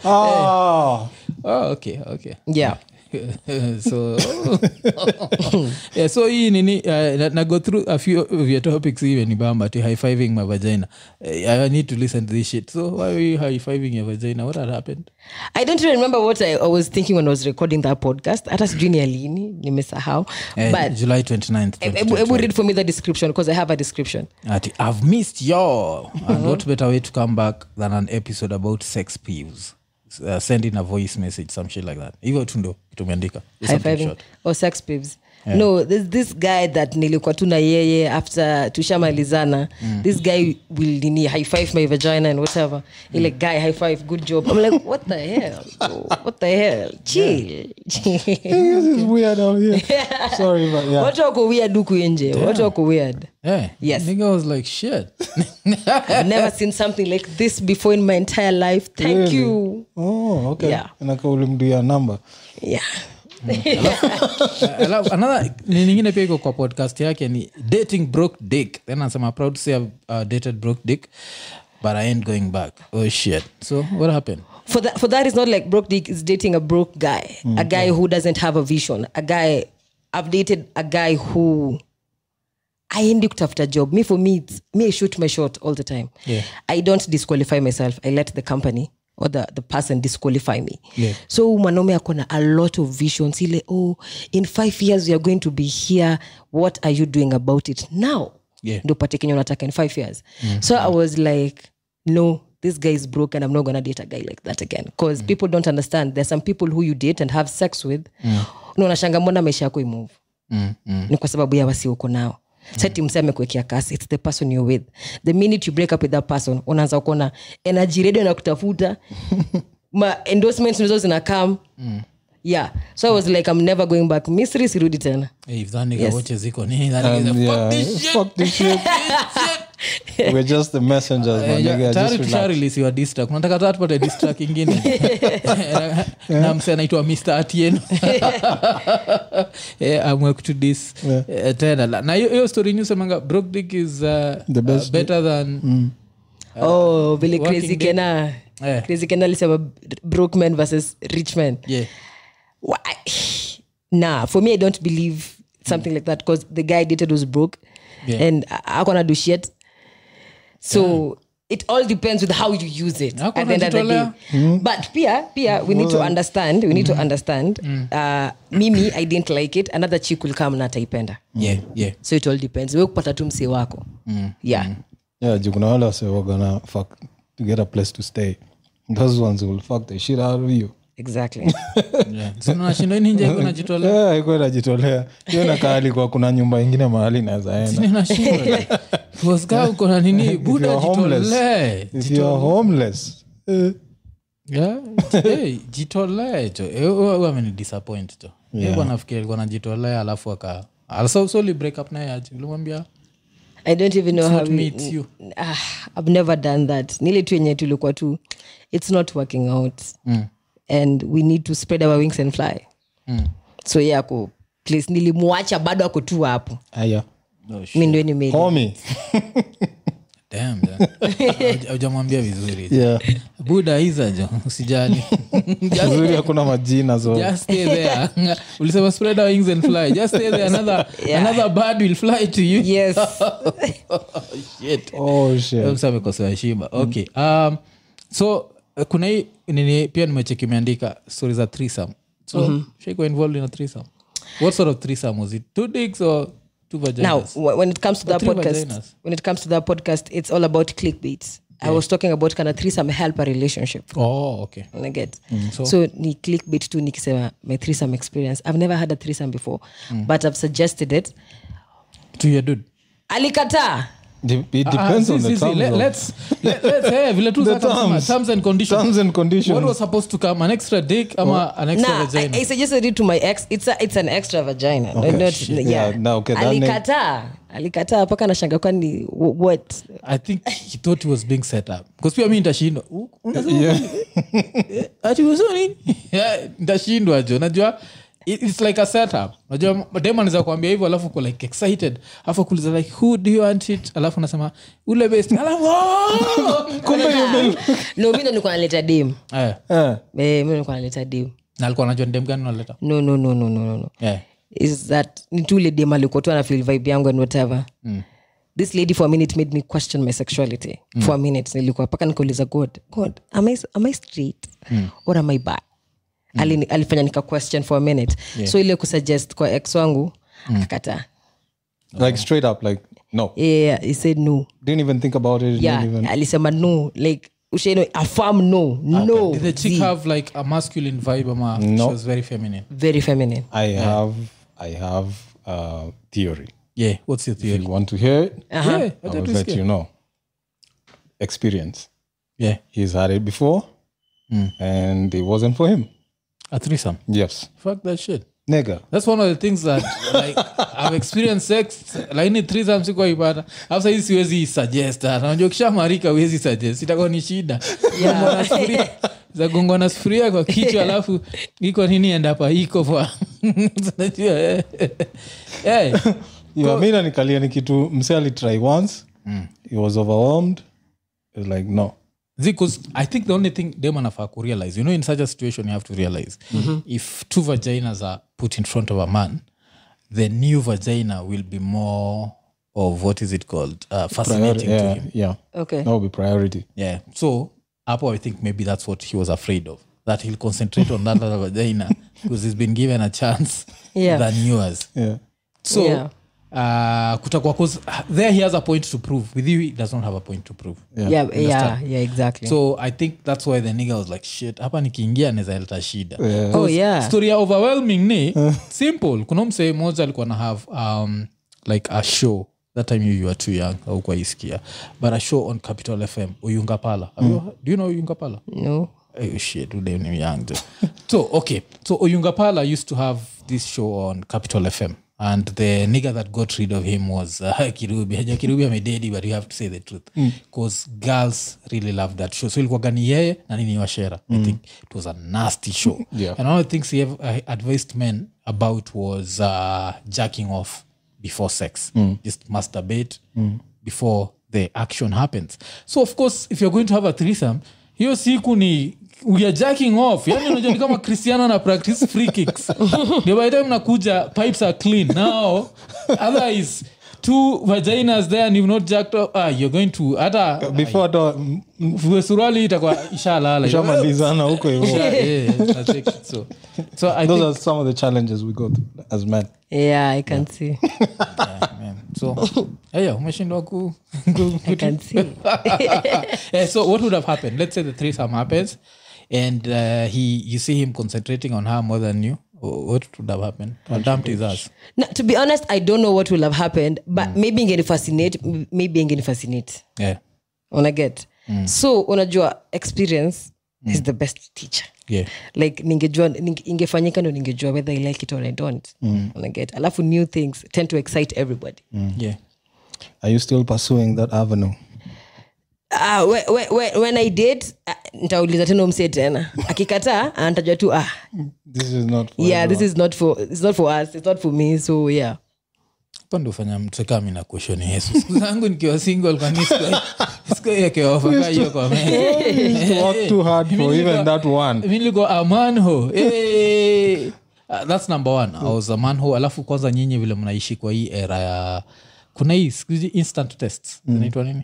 Ah. oh, okay okay yeah so yeah, so hii nini uh, na, na go through a few of your topics even ibamba to high-fiving my vagina uh, i need to listen to this shit so why are you high-fiving your vagina what had happened i don't really remember what I, i was thinking when i was recording that podcast hata sijui ni ya lini nimesahau Eh, but july 29th ebu, ebu 2022. read for me the description because i have a description ati i've missed y'all and what better way to come back than an episode about sex peeves uh, send in a voice message some shit like that hivyo tu ndo tumeandika It's something High-fiving short. or Oh, sex pibs no there's this guy that nilikuwa tu na yeye after tushamalizana Mm. this guy will nini high five my vagina and whatever ile guy high five good job i'm like what the hell what the hell chill This is weird out here. Sorry, but yeah. watu wako weird huku nje watu wako weird Eh, Yes. nigga was like shit I've never seen something like this before in my entire life. Thank you. Oh, okay. Yeah. Inaka ulimdia number. Yeah. Alafu, another ni nyingine pia iko kwa podcast yake ni dating broke dick then anasema proud to say I've, uh, dated broke dick but i ain't going back oh shit so what happened For that, for that, it's not like broke dick is dating a broke guy, a guy who doesn't have a vision, a guy. I've dated a guy who aendi kutafuta job me for me it's, me i shoot my shot all the time Yeah. i don't disqualify myself i let the company or the, the person disqualify me so huyu mwanaume akona a lot of visions ile oh in five years youare going to be here what are you doing about it now Yeah. ndo upate kenye unataka in five years so i was like no this guy is broke and i'm not gonna date a guy like that again because people don't understand there's some people who you date and have sex with na unashanga mbona maisha yako imove mm, mm. ni kwa sababu ya wasi uko nao sati msee amekuekea kasi its the person you're with the minute you break up with that person unaanza kuona energy radio na kutafuta ma endorsements ndizo zinakam Mm. yeah so i was like i'm never going back misri sirudi tena Hey, if that nigga Yes. watches iko nini that And nigga is a fuck this Um, yeah, fuck this shit. We're just the messengers, my Uh, nigga. Eh, tayari Just relax. tusharelisiwa distract unataka taa tupate distract ingine Eh? Na- na mse anaitwa mr atieno yeah, I'm work to this Eh, tena La- na hiyo- hiyo story nyusemanga broke dick is uh, The best Mm. uh, better than oh vile Uh, working day. crazy kena Eh. crazy kena alisema broke man versus rich man yeah. Mm. Wha- nah for me i don't believe something like that because the guy I dated was broke Yeah. and I, I gonna do shit so it all depends with how you Hmm? use it Hakuna at the end of the day kujitolea. but pia pia we need to understand we need to understand uh, mimi i didn't like it another chick will come na ataipenda Yeah, yeah. so it all depends we kupata tu msee wako yeah Yeah, juu kuna wale wase we're gonna fuck to get a place to stay. Those ones will fuck the shit out of you. exactly Yeah. So, unashinda hii ninja iko najitolea? Yeah, ikuwa inajitolea. Hiyo inakaa alikuwa kuna nyumba ingine mahali inaweza enda. Sini unashinda. Wasika uko na nini If buda you're homeless, jitolee if you're homeless, eh, Yeah. Hey, jitolee jo Eh, huyo- huyo amenidisappoint jo yeah. nafikiri alikuwa najitolea alafu aka also so uli break up naye aje ulimwambia i don't even know It's how not we- me, it's you. ah, i've never done that nile tu yenye tulikuwa tu it's not working out Mm. and we need to spread our wings and fly so yeah ku please nilimwacha bado ako tu hapo aya. mi ndio nime Homie. "Oh, damn yeah. aujamwambia vizuri Yeah. buda hiza jo usijali Uzuri hakuna majina so just stay there ulisema spread our wings and fly just stay there another, Yeah. another bird will fly to you yes Shit. Oh, shit. Sasa amekosewa heshima Mm-hmm. okay um, so eh, kuna hii nini pia nimecheki imeandika story za threesome so Mm-hmm. shaikuwa involved in a threesome what sort of threesome was it two dicks or two vaginas now wh- when it comes to that three podcast vaginas. when it comes to that podcast it's all about clickbaits i was talking about kana threesome help a relationship oh okay naget Mm, so? so, so ni clickbait tu nikisema my threesome experience i've never had a threesome before Mm. but i've suggested it to your dude alikataa De- it Ah, depends see, on the see, see, terms let- of- let's- let- let's- eh, vile tu The Zaka amesema, terms. terms and conditions. Terms and conditions. Oh. What was supposed to come, an extra dick ama an extra Nah, I, vagina? I suggested it to my ex. It's a, it's an extra vagina. Okay, Okay, not, shit. yeah. Yeah, no, okay, that name- alikataa alikataa mpaka nashanga kwani wh- what I think he thought he was being set up because pia mi nitashindwa U- unasema eh, ati unasema nini? Yeah, nitashindwa jo najua it- it's like a setup najua dem anaweza kuambia hivyo alafu uko like excited alafu kuuliza like who do you want it alafu unasema ule best alafu oh! kumbe Ah, no mi ndo nilikuwa naleta dem eh, Eh, Eh, mi ndo nilikuwa naleta dem na alikuwa anajua ni dem gani unaleta no no no no no no, no yeah. is that ni tu ile dem alikuwa tu ana feel vibe yangu and whatever mm. this lady for a minute made me question my sexuality mm. for a minute nilikuwa paka nikauliza god god am i, am I straight mm. or am i bi mm. Alini, alifanya nika question for a minute yeah. so ile kusuggest kwa ex wangu mm. akataa like straight up like no yeah, he said no didn't even think about it yeah didn't even alisema no like ushaino affirm no no Did the chick Z. have like a masculine vibe ama Oh, No. she was very feminine very feminine i have i have a theory yeah what's your if theory you want to hear it Uh-huh. yeah, i wacha will let tusikie. you know experience yeah he's had it before Hmm. and it wasn't for him a threesome yes fuck that shit nigga that's one of the things that like i've experienced sex lakini threesome sikuwa ipata afsa hii siwezi suggest hata unajua ukishamarika huwezi suggest itakuwa ni shida Zagongwa na sufuria- zagongwa na sufuria kwa kichwa alafu iko nini endapa iko kwa Unajua, eh. Eh, yeah, mi nanikalia ni kitu mse alitry once he was overwhelmed He was like no because i think the only thing dem anafaa kurealize you know in such a situation you have to realize if two vaginas are put in front of a man the new vagina will be more of what is it called uh, fascinating to yeah, him yeah. okay that would be priority yeah so apo i think maybe that's what he was afraid of that he'll concentrate on that other vagina because he's been given a chance Yeah. than yours yeah so Yeah. uh, kutakuwa cause there he has a point to prove with you he does not have a point to prove yeah yeah yeah, exactly so i think that's why the nigga was like shit hapa nikiingia nezaleta shida Yeah. oh Uh. yeah story ya overwhelming ni simple kuna msee moja alikuwa na have um, like a show that time you, you were too young aukwa isikia but a show on capital fm uyunga pala Have Mm. you, do you know uyunga pala no Oh, shit, huyu dem ni mjanja. so okay so oyungapala used to have this show on capital fm and the nigger that got rid of him was uh, kirubi Ajua kirubi amededi but you have to say the truth because girls really loved that show so ilikuwa gani yeye na nini washera i think it was a nasty show Yeah. and one of the things he have, uh, advised men about was uh, jacking off before sex Mm. just masturbate before the action happens so of course if you're going to have a threesome hiyo siku ni we are jacking off yani unajua ni kama cristiano na practice free kicks ndio by the time nakuja pipes are clean now otherwise two vaginas there and you've not jacked up ah, you're going to hata before hata vue suruali itakuwa ishalala shamalizana huko hivo Yeah, yeah, unacheki. so, so I those think, are some of the challenges we go through as men yeah i can see man, so eyo umeshindwa ku, ku, i can see Eh, so what would have happened let's say the threesome happens and uh, he you see him concentrating on her more than you Wh- what would have happened What dumped his ass no, to be honest i don't know what will have happened but mm. maybe ingeni fascinate m- maybe ingeni fascinate yeah una get mm. so unajua experience mm. is the best teacher yeah like ningejua ninge- ingefanyika ndo ningejua whether i like it or i don't mm. una get alafu new things tend to excite everybody yeah are you still pursuing that avenue Ah, we- we- we- when i did ah, nitauliza tena umsie tena akikataa ah, nitajua tu ah this is not for yeah this everyone. is not for it's not for us it's not for me so yeah pande ufanya msekami na kushoni yesu siku zangu nikiwa single kwani sikuekeofaaiyokomemi work too hard for even that one nilikuwa a manho Eh. Ah, thats number one I was a manho alafu kwanza nyinyi vile mnaishi kwa hii era ya kuna hii siku Mm. hizi instant tests zinaitwa nini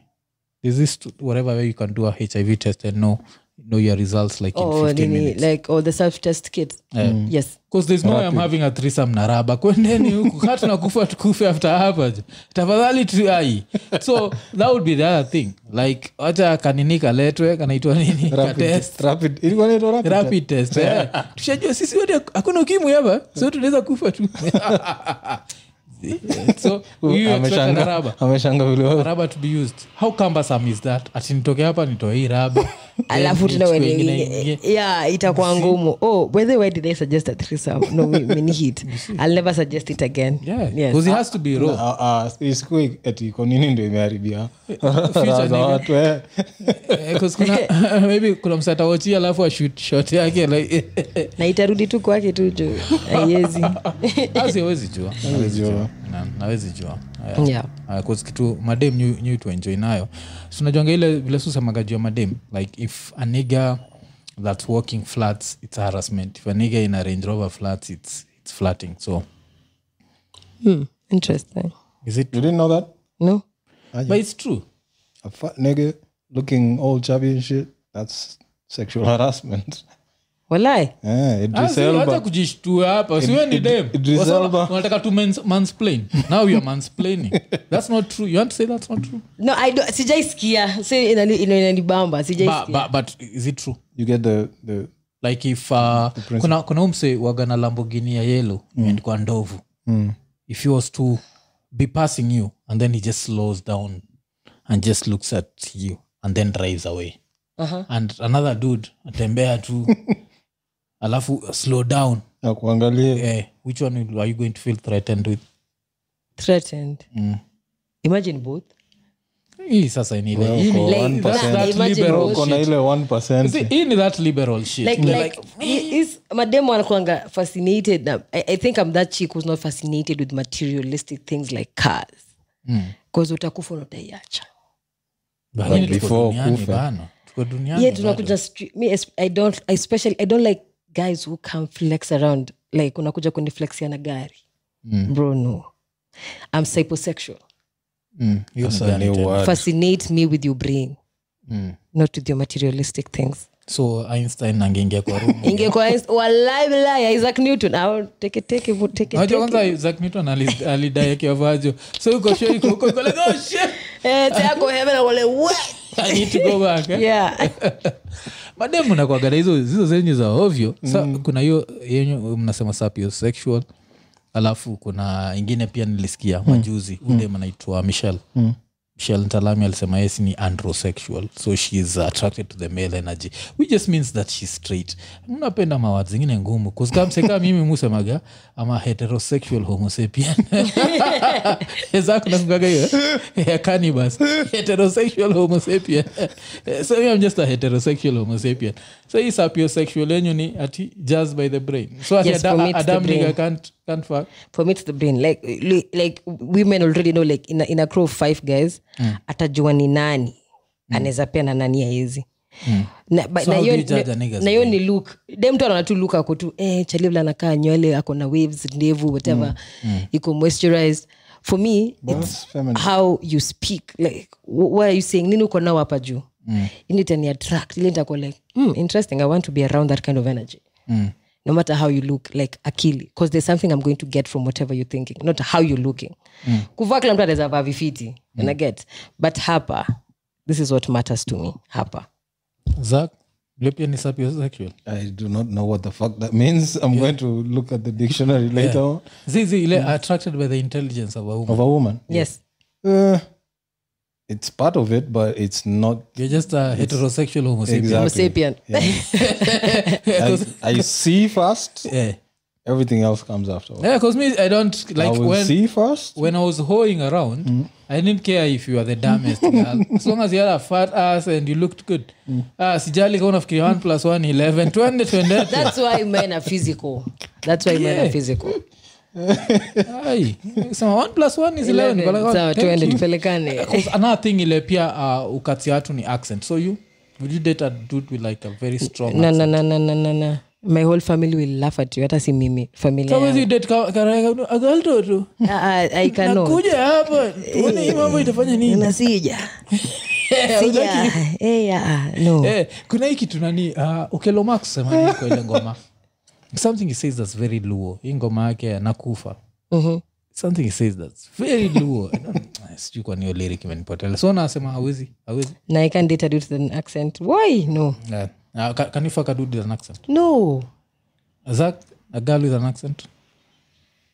Is this to- whatever way you can do a hiv test and know know your results like oh, in 15 nini, minutes like oh, the self test kit yes because there's no way i'm having a threesome na raba kwendeni huku kaa tunakufa tukufe after hapa tafadhali tuai so that would be the other thing like wacha kanini kaletwe kanaitwa nini katest rapid ilikuwa inaitwa rapid test. rapid test eh. Hmm. tushajua sisi wote hakuna ukimwi hapa so tunaweza kufa tu so huyu expect ana raba ameshanga ameshanga vile wao- raba to be used how cumbersome is that ati nitoke hapa nitoe hii raba then alafu tena nichukue uende ingine ingine. ingie. yeah itakuwa ngumu oh by the way did i suggest a threesome no mi- mini hit i'll never suggest it again yeah yes. because it has to be raw Ah, ah, isikuwe ati kwa nini ndio imeharibia raha za nini? watu eh. Eh, 'cause kuna maybe kuna msatawochi alafu ashut shot yake like na itarudi tu kwake tu juu aiezi asiwezi jua Hawezi jua. Na- nawezi jua Haya. Yeah. Haya, Uh, 'cause kitu madem nyu- nyu tuenjoy nayo sunajwanga ile vile susemaga juu ya madem like if a nigger that's walking flats it's harassment if a nigger in a range rover flats it's, it's flatting so interesting is it you didn't know that no but it's true a fat nigga looking all chubby and shit that's sexual harassment walai eh, Ah, Idris si, wacha Elba kujishtua hapa siwe ni Id- dem Idris Wasema, Elba. unataka tu mans- mansplain now you're mansplaining that's not true you want to say that's not true no I don't- sijaisikia si inani- ina- inanibamba but, sijaisikia but, but is it true you get the the like Mm, if uh, kuna, kuna umse wagana lamborghini ya yelo Mm. imeandikwa ndovu if he was to be passing you and then he just slows down and just looks at you and then drives away Uh-huh. and another dude atembea tu alafu uh, slow down na kuangalia eh, which one will- are you going to feel threatened with threatened Mm. imagine both hii sasa ni ile- hii ni- Well, eh, that's- Like, that's yeah, imagine liberal both. uko na shit. ile 1% See, hii ni that liberal shit like, Like, like, i- is mademo anakwanga fascinated na I, i think i'm that chick who's not fascinated with materialistic things like cars Hmm. bcause utakufa na utaiacha lakini tuko before duniani kufa. bana. Tuko duniani yeah bado. tunakuja stre- me es- i don't I especially i don't like guys who come flex around like unakuja kuniflexia na gari Hmm. bro no i'm psychosexual Mm, hiyo That's a sidhani new tena. word. fascinate me with your brain Hmm. not with your materialistic things so einstein angeingia kwa room. ingekuwa is- walai bilai isaac newton au teketeke bu- Unajua teketeke kwanza Isaac Newton ali- alidaekewa vajo so uko sure uko- uko- uko like, oh, shit, Eh, teako heaven na wale what I need to go back, eh. yeah mademu nakwagada hizo hizo zenyu za ovyo sa, kuna hiyo yenye mnasema sapiosexual alafu kuna ingine pia nilisikia majuzi udem anaitwa michelle michelle ntalami alisema yes ni androsexual so she is attracted to the male energy which just means that she's straight mnapenda mawad zingine ngumu kusikamseka mimi musemaga ama heterosexual homosapien zakunakugaga hiyo eh? ya canibus heterosexual homosapien so me i'm just a heterosexual homosapien so hii sapiosexual yenyu ni ati just by the brain so ati Yes, ada- for me it's the adam brain. nigga can't, can't fuck for me it's the brain like li- like women already know like in a, in a crew of five guys Mm. atajua ni nani anaweza pea na nani aezi na but Mm. So na how do hiyo you judge a na- nigga's na hiyo ni look de mtu anaona tu look ako tu eh, chalibla anakaa nywele ako na waves ndevu whatever Mm. iko moisturized for me it's feminine. how you speak like wh- what are you saying nini uko nao hapa juu ili itani attract ili nitakuwa like mm, interesting i want to be around that kind of energy no matter how you look like akili because there's something i'm going to get from whatever you're thinking not how you're looking kuvaa kila mtu anaweza vaa vifiti and i get but hapa this is what matters to me hapa zak lepia ni sapiosexual i do not know what the fuck that means i'm going to look at the dictionary later on zizi ile attracted by the intelligence of a woman of a woman yes Uh, it's part of it but it's not you're just a heterosexual homosapien Homo Exactly. sapien. I, I see first yeah. everything else comes afterwards yeah, 'cause me i don't i like will when see first when I was hoeing around, I didn't care if you were the dumbest girl. As long as you had a fat ass and you looked good. Ah, sijali kama nafikiri 1 plus 1 11 twende tuendete. that's why men are physical that's why men are Yeah. physical Ai, sema 1 plus 1 is 11. Kwa like, oh, sawa thank tuende you. tupelekane 'Cause Another thing ile pia uh, ukati watu ni accent. So you would you date a dude with like a very strong no, accent? no, no, no, no, no, no. my whole family will laugh at you hata si mimi familia So yangu. wezi date ka- karaka a girl to Ah, ah, I cannot. Kuja hapa. Tuone hii mambo itafanya nini? Nasija. yeah, Hujaki? yeah, ah, no. Eh, kuna hii kitu nani uh, ukelomax semani kwa ile ngoma something he says that's very luo hii ngoma yake nakufa Mhm. something he says that's very luo I don't- Ah, sijui kwa niyo lyric imenipotela so nasema hawezi hawezi na i can't date a dude with an accent why no yeah. uh, can, can you fuck a dude with an accent no is that a girl with an accent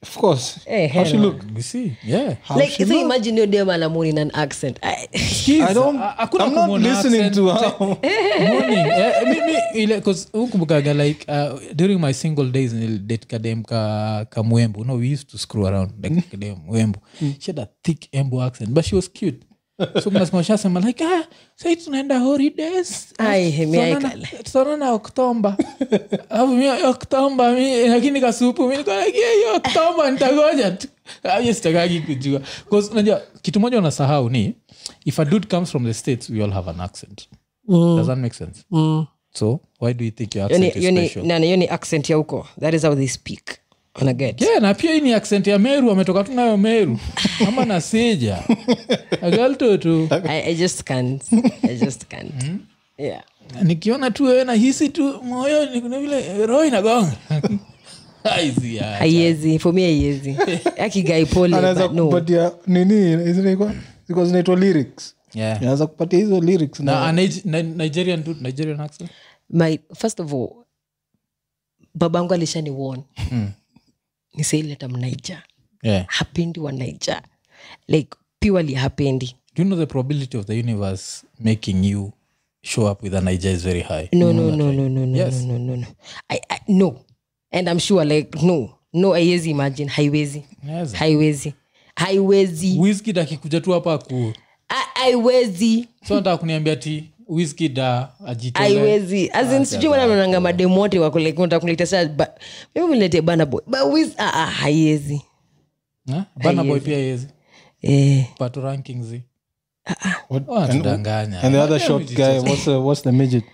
Of course. Eh, How she hell look? you see yeah How like she so look? imagine your dem anamwona in an accent I, Kids, I don't. ah, hakuna I'm not kumwona listening accent. to her. Morning. Eh, mimi ile 'cause hukumbukaga like uh, during my single days nilidate kadem ka, ka mwembu you know, we used to screw around like kadem mwembu she had a thick embo accent but she was cute so mnasema shasema like ah sai tunaenda holidays Ai, hemea Tutaonana- tutaonana oktomba alafu mi oktomba mi lakini kasupu mi niko like, "Yeah, hiyo oktomba nitagoja tu Ah, hiyo sitakagi kujua 'Cause unajua kitu moja unasahau ni if a dude comes from the states we all have an accent does that make sense so why do you think your accent Mm. yoni, is yoni, special nani, yoni accent ya huko that is how they speak Una get yeah na pia hii ni accent ya meru ametoka tu nayo meru ama naseja agaltoto I, i just can't i just can't yeah nikiona tu wewe nahisi tu moyoni kuna vile roho inagonga Aizi ya. haiwezi for me haiwezi akigai pole Anaweza but no kupatia nini? Zinaikuwa ziko zinaitwa lyrics. Yeah. Anaweza kupatia hizo lyrics na Na a Nige- Ni- nigerian dude, nigerian accent my first of all babangu alishani warn niseileta mnaija yeah. hapendi wa naija like purely hapendi do you know the probability of the universe making you show up with a niger is very high no no no no no no Mm. Yes. no no no no I, I, no and i'm sure like no no haiwezi imagine haiwezi Yes. haiwezi haiwezi whisky akikuja tu hapa ku Ha- haiwezi so nataka kuniambia ti whisky da ajitole haiwezi asin sijui mana naonanga mademu wote wakulekta kuleta saa ba- mimi mlete bana boy Ba- wiz- ah, ah, haiwezi Na? bana boy pia yezi eh. pato rankings Ah. Ah, What- and, wanatudanganya and the other short guy, what's the, what's the midget?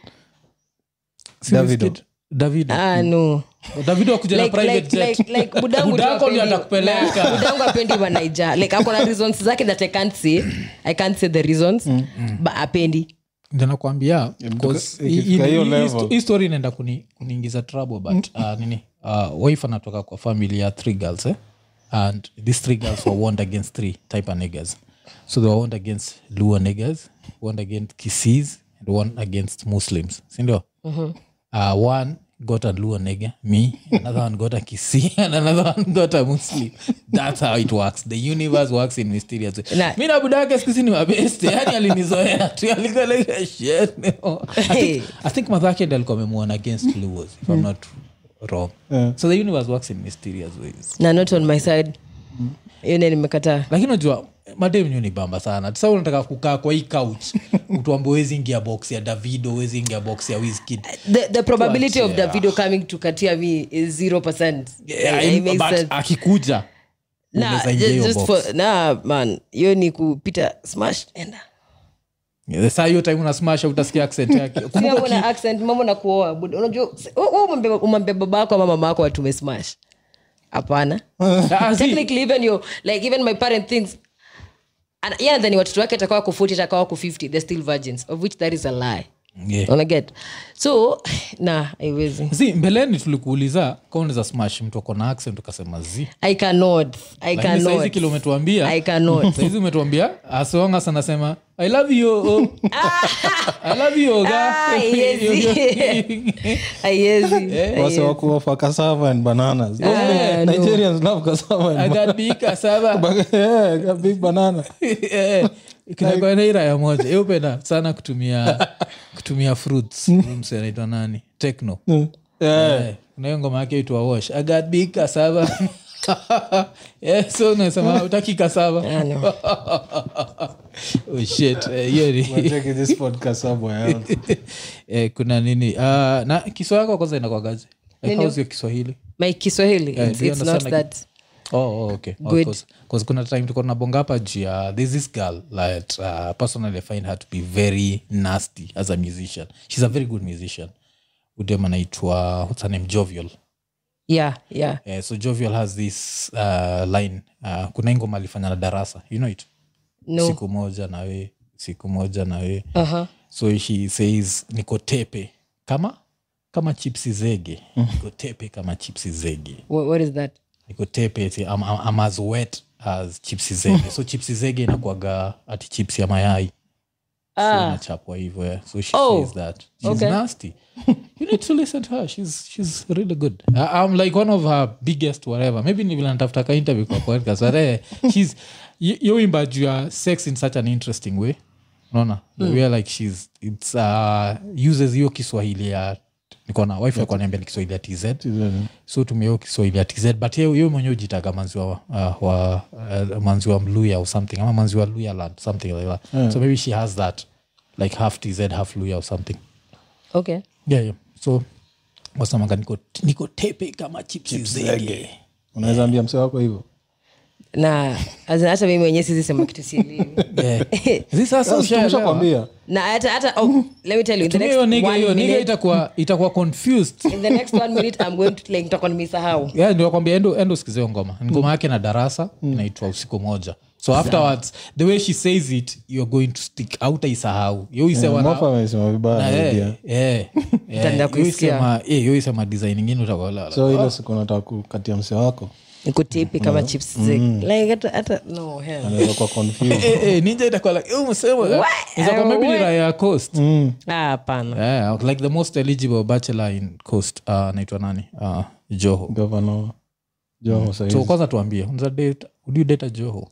Si Davido. Wizkid? Davido. ah, no davido akuja na private jet budako ndio atakupeleka apendi manaija like akona reasons zake that i can't say i can't say the reasons Mm, but apendi Ndio nakwambia mtoka- 'cause ikifika hii- hii- hiyo hii level. sto- hii story inaenda kuni- kuniingiza trouble but uh, nini uh, wife anatoka kwa family ya three girls eh? and these three girls were warned against three type of niggers so they were warned against lua niggers warned against kisis and one against muslims sindio uh, one got a lua nigger me another one got a kisi and another one got a muslim that's how it works the universe works in mysterious Na- way mi na budake skisi ni mabeste yani alinizoea tu alikuwa like shit no. I think- I think madhake ndi alikuwa amemwona against Mm. Luos, if I'm not wrong so the universe works in mysterious ways na not on my side Mm. hiyo naye nimekataa lakini unajua madem nyo ni bamba sana sasa unataka kukaa kwa hii couch utuambe wezi ingia box ya davido wezi ingia box ya Wizkid. the, the probability of davido coming to katia me is 0 Yeah, It makes Eh, but sense. akikuja Nah, unaweza ingia ju- hiyo box. just for- nah, man hiyo ni kupita smash enda Yeah, saa hiyo time unasmasha utasikia accent yake Sio Kumbuka hapo na accent mama unakuoa bud- unajua si- wewe- wewe umwambie- umwambie babako ama mama yako atume smash hapana ki- Ah, see, uh, technically even your like even my parent thinks and yeah then watoto wake atakuwa ku 40 atakuwa ku 50 they're still virgins of which that is a lie yeah. Una get so nah haiwezi Zi, mbeleni tulikuuliza kauneza smash mtu ako na accent ukasema zi i cannot i lakini saizi cannot kile umetuambia i cannot saizi umetuambia asongas anasema i love you oh. i love you oga." Ah, yes. haiwezi Eh? Wase wako wa cassava and bananas. Those Ah, no. Nigerians love cassava and I got big cassava. ba- yeah, got big banana. Eh, kinakuwa na ira ya moja Eh, upenda sana kutumia kutumia fruits Huyu msee anaitwa nani tekno Yeah. Eh, kuna hiyo ngoma yake itwa wash i got big cassava Eh, so unasema utaki cassava Ah, oh shit Eh, hiyo ni- We're taking this podcast somewhere else. eh, kuna nini Ah, na kiswa yako kwanza inakwagaje like, how's your kiswahili my kiswahili Eh, it's, do you it's not understand, like- that Oh, oh, okay. Oh, Good. 'cause- 'cause kuna time tuko nabonga hapa juu ya there's this girl that uh, personally I find her to be very nasty as a musician she's a very good musician udem anaitwa what's her name jovial yeah yeah Eh, so jovial has this uh, line uh, kuna ingoma alifanya na darasa you know it no siku moja nawe siku moja na we uh-huh. so she says niko tepe kama kama chipsi zege niko tepe kama chipsi zege what, what is that niko tepe ati I'm, I'm, I'm as wet as chipsi zege so chipsi zege inakuaga ati chipsi ya mayai so ah, inachapwa hivyo yeah. so she Oh, says that she's okay. nasty you need to listen to her she's, she's really good I, i'm like one of her biggest whatever maybe ni vile natafuta ka interview kwa podcast but eh, she's y- yoimba juu ya sex in such an interesting way unaona mm. where like she's it's uh, uses hiyo kiswahili ya nikona wife yako niambia ni kiswahili ya tz so tumia hiyo kiswahili ya tz but yeye- yeye mwenyewe jitaga manzi wa, uh, wa uh, manzi wa mluya or something ama manzi wa luyaland something like that so maybe she has that like half tz half luya or something okay yeah, yeah. so wasamanga niko, niko tepe kama chipsi zege unaweza ambia msee wako hivyo na as in hata mimi mwenyewe sizi sema kitu sielewi Yeah. Sasa eh? ushaelewa. tumeshakwambia na hata hata oh, let me tell you in the Tumia hiyo next nigga- one hiyo nigga minute, itakuwa itakuwa confused in the next one minute i'm going to like nitakuwa nimeisahau yeah, ndio nakwambia endo, endo usikize hiyo ngoma ngoma yake na darasa Mm. inaitwa usiku moja so afterwards the way she says it you're going to stick autaisahau Mofa amesema vibaya Eh, media. Nitaenda kuisikia. yoisema design ingine so utakolala ile siku unataka kukatia msee wako niko tipi kama chips Mm. zake. like hata hata no hell anaweza kuwa confused. ninja itakuwa like "Eh, msemo, eh." Inaweza kuwa maybe ni raia ya coast Mm, ah hapana yeah, like the most eligible bachelor in coast uh, anaitwa nani uh, joho Gavana wa Joho saa so hizi. kwanza tuambie unza date would you date a joho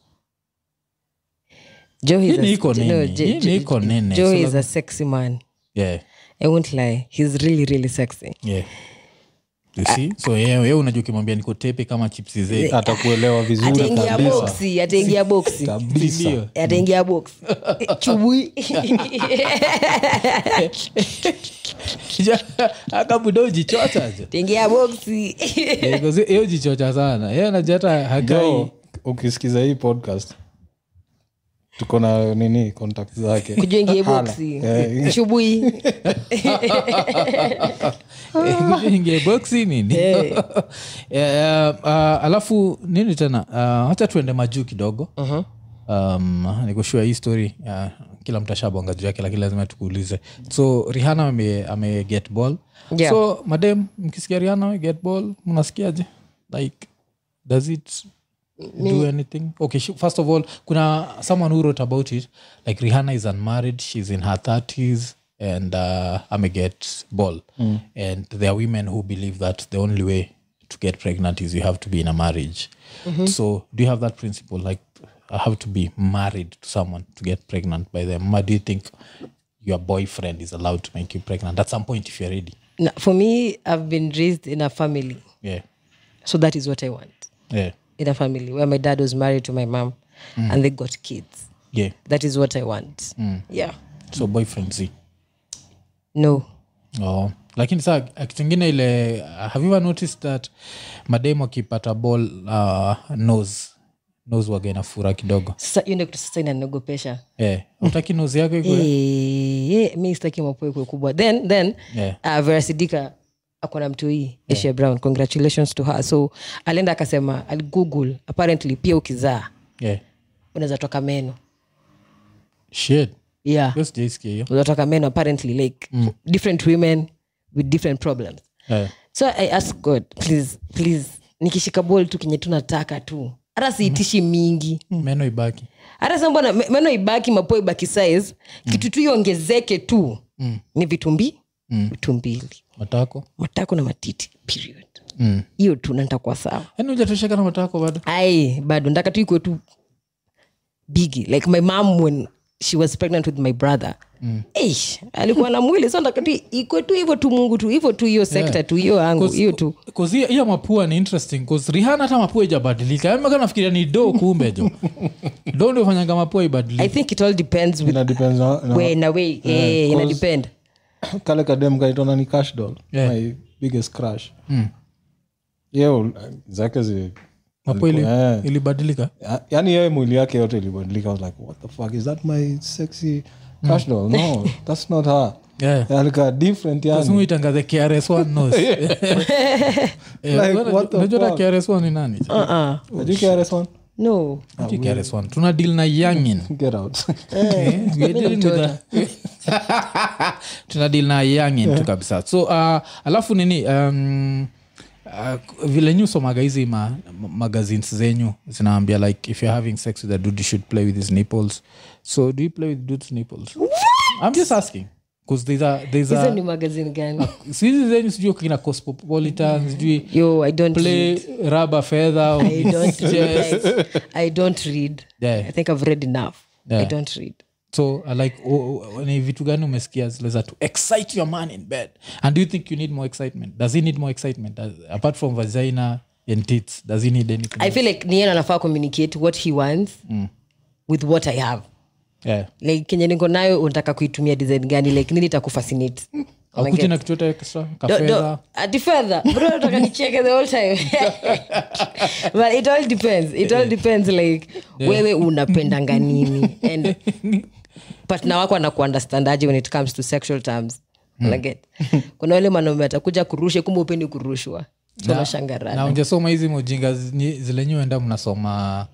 joe Hii is ni a- iko nini? no, Je- Hii ni Je- iko nini? joe So is lazima- a sexy man yeah i won't lie he's really really sexy yeah You see? so yeye yeah, unajua ukimwambia niko tepe kama chipsi zee atakuelewa vizuri ataingia kabisa boxi ataingia boxi kabisa Ndio. ataingia boxi chubui Ah, akabudojichochaje ataingia boxi hiyo jichocha sana yeye anajata hakai jo ukisikiza hii podcast tuko na nini contact zake kujua ingie boxi Eh, chubui ingie boksi nini Eh, uh, alafu nini tena uh, hacha tuende majuu kidogo uh-huh. um, nikushua hii story uh, kila mtu ashabonga juu yake lakini lazima tukuulize so rihana ame, ame get ball Yeah. so madem mkisikia rihana ame get ball mnasikiaje like does it do anything okay sh- first of all kuna someone who wrote about it like rihanna is unmarried she's in her 30s and uh, ame get ball and there are women who believe that the only way to get pregnant is you have to be in a marriage so do you have that principle like i have to be married to someone to get pregnant by them Ma, do you think your boyfriend is allowed to make you pregnant at some point if you're ready Na- for me i've been raised in a family yeah so that is what i want yeah in a family where my dad was married to my mom Mm. and they got kids yeah that is what i want yeah so boyfriend see no oh. lakini saa kitu ingine ile have you ever noticed that mademu akipata ball uh, nose nose waga inafura kidogo sasa hiyo ndio kitu sasa inaniogopesha eh, utaki nose yako ikue Eh, eh, mi sitaki mapoe kuwe kubwa then then Yeah. uh, verasidika akona mtu hii asia brown congratulations to her so alienda akasema aligoogle apparently pia ukizaa yeah. unaweza toka meno shit yeah Yes, sijaisikia hiyo unaweza toka meno apparently like different women with different problems eh. so i ask god please please nikishika bol tu kenye tunataka tu hata siitishi mingi meno ibaki hata sa mbona me- meno ibaki mapo ibaki size kitu tu iongezeke tu ni vitumbi vitu mbili matako matako na matiti period hiyo tu na nitakuwa sawa yani ujatosheka Yaani na matako bado ai bado ndaka tu ikuwe tu bigi like my mom when she was pregnant with my brother mm. Eish, alikuwa na mwili so ndaka tu ikuwe tu hivyo tu mungu tu hivyo tu hiyo sekta tu hiyo yangu Oh, hiyo tu Cause hiyo- hiyo mapua ni interesting cause rihanna hata mapua ijabadilika Yaani mpaka nafikiria ni do kumbe jo do ndio fanyanga mapua i ibadilika think it all depends with ina depends na- na- way na way eh, ina cause- depend kale kadem kaitona ni cash doll Yeah. Hmm. my biggest crush yeo zake zi mapua ili, Eh. ilibadilika Ya- yaani yeye mwili yake yote ilibadilika I was like what the fuck is that my sexy cash doll no that's not her Hmm. yeah. alika different yani simuitangaze krs1 nose Like, what the najua fuck? Ah, krs1 ni nani uh-uh. Did you get this one? no Don't you get this one tuna deal na Eh, yangin Get out. tunadil na yangin tu kabisa so uh, alafu nini um, Uh, vile nyu somaga hizi ma, ma- magazines zenyu zinaambia like if you're having sex with a dude you should play with his nipples so do you play with dudes nipples i'm just asking because there's a there's hizo a ni magazine gani sizi zenyu sijui kina cosmopolitan sijui yo i don't play read. raba fedha or- I don't Yes. read. I don't read. Yeah. I think I've read enough. Yeah. I don't read. so uh, like o- o- ni vitu gani umesikia zile za to excite your man in bed and do you think you need more excitement does he need more excitement does, apart from vagina and tits does he need anything I feel like Nien anafaa communicate what he wants Mm. with what I have. yeah. Like kenye niko nayo unataka kuitumia design gani like nini itakufacinate. Oh akuti na kitu extra Do- kafedha do- ati fedha bro nataka nicheke the whole time but it all depends it all depends like wewe unapendanga nini and partner wako anakuunderstandaje when it comes to sexual terms Hmm. unaget kuna wale mwanaume atakuja kurusha kumbe upendi kurushwa na tunashangarana ungesoma hizi mujinga zinyi- zile nywenda mnasoma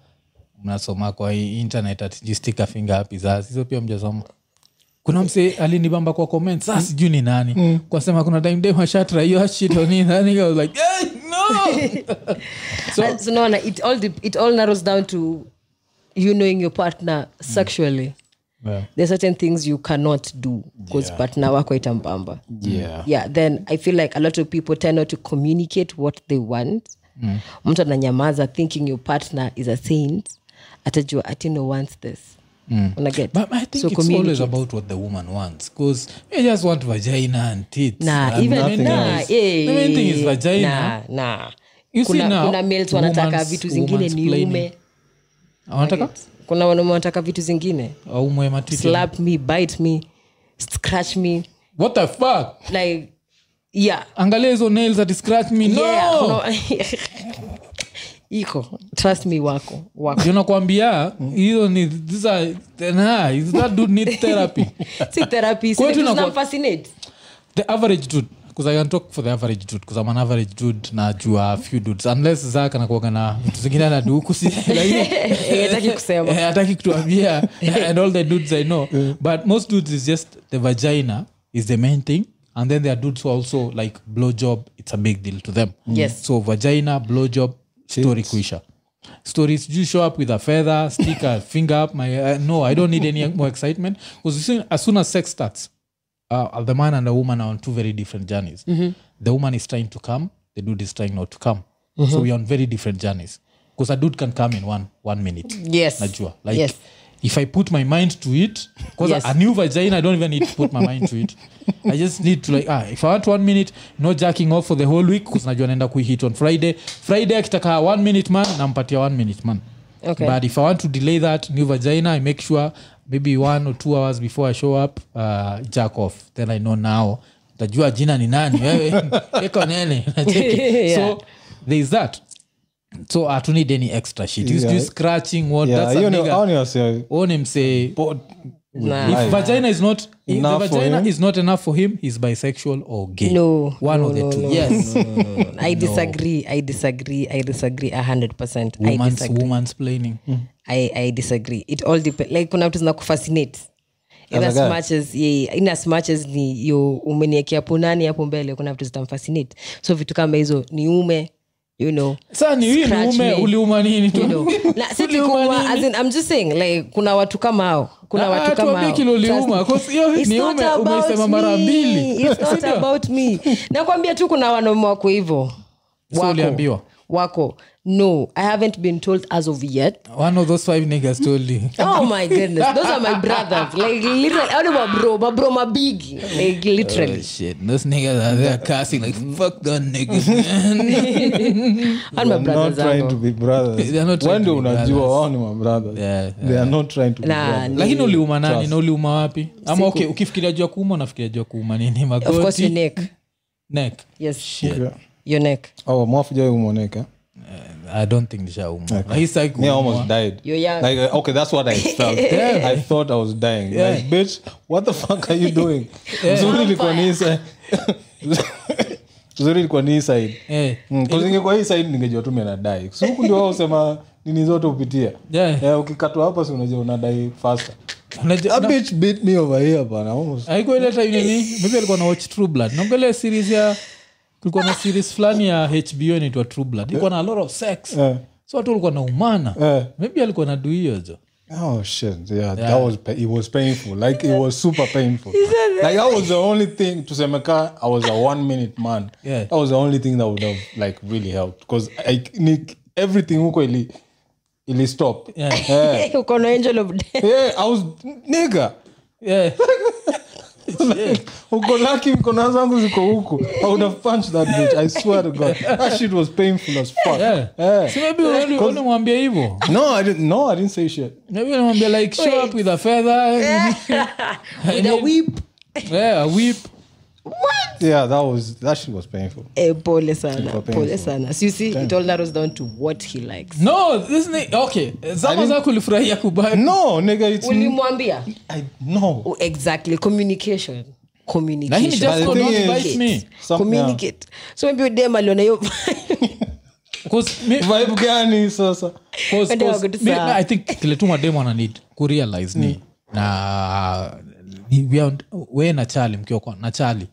mnasoma kwa hii internet atijistika finga hapi sasa hizo pia mjasoma kuna mse alinibamba kwa comment saa sijui ni nani Mm. kwasema kuna time day washatra hiyo shit on it. And I was like "Hey, no Na- so unaona, it all dep- it all narrows down to you knowing your partner sexually Yeah. there's certain things you cannot do because partner wako itambamba Yeah. yeah then i feel like a lot of people tend not to communicate what they want Mm. mtu ananyamaza thinking your partner is a saint atajua atino wants this Una get? Mm. But I think So it's always communicate. about what the woman wants. Because I just want vagina and tits. Nah, and even- nothing nah, else. eh, The main thing is vagina. nah, nah. You see kuna, now, kuna males wanataka woman's- vitu zingine woman's ni ume planning. Wanataka? kuna wanaume wanataka vitu zingine Waumwe matiti. slap me bite me scratch me What the fuck? like yeah Angalia hizo nails that scratch me. No! yeah kuna- iko trust me wako wako Ndio nakwambia hizo ni these are- nah, is that dude need therapy. si therapy Kwa hiyo si tunakuwa- fascinate The average dude because i can talk for the average dude because i'm an average dude najua a few dudes unless zak anakuaga na vitu zingine anaduku si- lakini hataki kusema Eh, hataki kutuambia and all the dudes i know but most dudes is just the vagina is the main thing and then there are dudes who are also like blow job it's a big deal to them Mm. Yes. so vagina blow job story kuisha stories you show up with a feather stick a finger up my uh, no i don't need any more excitement because as soon as sex starts uh, the man and the woman are on two very different journeys Mm-hmm. the woman is trying to come the dude is trying not to come so Mm-hmm. we're on very different journeys because a dude can come in one one minute Yes. najua like Yes. if i put my mind to it because Yes. a new vagina i don't even need to put my mind to it i just need to like ah, if i want one minute no jacking off for the whole week 'cause najua naenda kuihit on friday friday akitaka one minute man nampatia one minute man Okay. but if i want to delay that new vagina i make sure maybe one or two hours before i show up uh, jack off then i know now tajua jina ni nani wewe eko nene nacheki. Yeah. so there is that so hatu need any extra shit You- you Yeah. scratching what Yeah, that's a you know, nigga. I only say, own him say but Nah. if vagina is not if the Enough for vagina him? is not enough for him he's bisexual or gay No, one no, of the no, two no, yes i disagree i disagree i disagree 100% i woman's disagree woman's planning Hmm. I, I disagree it all depend like kuna vitu zinakufascinate in as Another guy. much as yeah, in as much as ni yo umeniekea punani hapo mbele kuna vitu zitamfascinate so vitu kama hizo ni ume you know Sasa ni wewe ni scratch ume me, uliuma nini tu? you know. Na, si Uliuma tukuuma, nini? as in, I'm just saying like kuna watu kama hao kuna Ah, watu kama tuambie hao. kilo uliuma, Trust me. cause hiyo It's ni not ume- about umeisema mara me. mbili. It's not Sindio? about me nakwambia tu kuna wanaume wako hivo So uliambiwa? wako no i haven't been told as of yet one of those five niggas told you Oh my goodness, those are my brothers. Like literally, I don't know, bro, but bro, my big, like Oh, literally, shit those niggas are there cursing like fuck that niggas and my Uh, I'm not brothers trying to are. be brothers. They are not trying When to do be unajua brothers. wao ni my brothers? Yeah, They are not trying to be Nah, brothers. lakini uliuma nani Trust. na uliuma wapi ama okay ukifikiria jua kuuma unafikiria jua kuuma nini Of course, magoti your neck. neck Yes, Yeah. your neck. Oh, mwafujai umoneka. i don't think nishauma Lakini sitaki Me, I kuumwa. almost died. You're young. Like, uh, okay, that's what I felt. I thought I was dying. Like, bitch, what the fuck are you doing? Mzuri ilikuwa ni hii side. Mzuri ilikuwa ni hii side. Eh. Mm, 'cause ingekuwa hii side ningejua tu mimi nadai. So huku ndio wao husema nini zote upitia Yeah. Eh, ukikatwa hapa si unajua unadai faster Unajua- that bitch beat me over here bana almost haikuwa ile time hivi maybe alikuwa na watch true blood naonga ile series ya kulikuwa na series fulani ya hbo inaitwa true blood ilikuwa na a lot of sex Eh. so watu walikuwa na umana Eh. maybe alikuwa na duio jo Oh shit! Yeah, that was pa- it was painful. Like it was super painful. like that was the only thing to Semeka. I was a one minute man. Yeah. that was the only thing that would have like really helped because like Nick, everything huko ili ili stop. Yeah. yeah, uko na angel of death Yeah, I was nigga. yeah. Like, uko lucky mkono zangu ziko huko. I would have punched that bitch. I swear to God, that shit was painful as fuck. Yeah. Yeah. si maybe uli- ulimwambia hivo No, I didn't. No, I didn't say shit. maybe ulimwambia like show up with a feather with a whip yeah, a whip Yeah, that was that shit was painful. eh, pole sana Ilikuwa pole painful. sana so you see it all narrows down to what he likes no this ni okay zama zako ulifurahia kubaya No, nigga, it's ulimwambia I no. Oh, exactly communication Lakini just Communication. go, the don't thing is- bite me Ah, Some- Communicate. so maybe dem aliona hiyo Cause me- Vibe gani sasa? Cause- Wende cause wakutusa. mi- na- i think kiletuma dem ananid kurealize ni na ni- we are- we na chali mkiwa kwa- na chali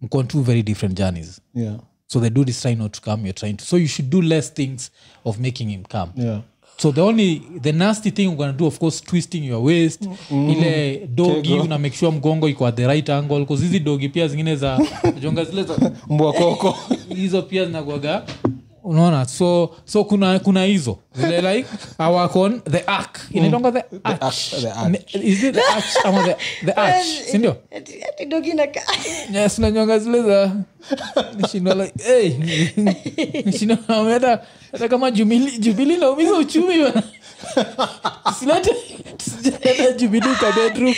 mko on two very different journeys Yeah. so the dude is trying not to come you're trying to so you should do less things of making him come Yeah. so the only the nasty thing you're gonna do of course twisting your waist ile dogi Kego. una make sure mgongo iko at the right angle cause hizi dogi pia zingine za jonga zile za Mbwa koko. hizo pia zinagwaga unaona so so kuna kuna hizo Zile like awakon the arc inaitwanga the arch. arch, the arch. Ne- is it the arch ama the, the arch sindio yes nanyonga zile za nishindwa like hey nishindwa hata hata kama jumili jubili naumiza uchumi bana tusilete tusilete jubili kwa bedroom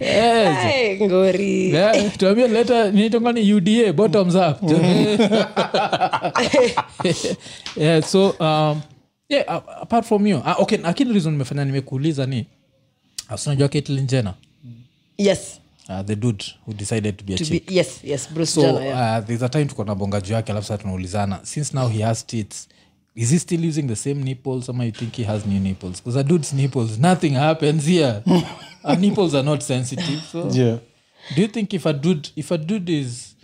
eh ngori yeah, tuambie leta nitongani uda bottoms up Mm. yeah, so um, yeah, a- apart from you ah, okay lakini reason nimefanya nimekuuliza ni ah, si unajua Caitlyn Jenner yes uh, the dude who decided to be a to chick be yes yes bruce so Jenner, yeah. uh, there's a time tuko na bonga juu yake alafu saa tunaulizana since now he has tits is he still using the same nipples ama you think he has new nipples because a dude's nipples nothing happens here our nipples are not sensitive so Yeah. do you think if a dude if a dude is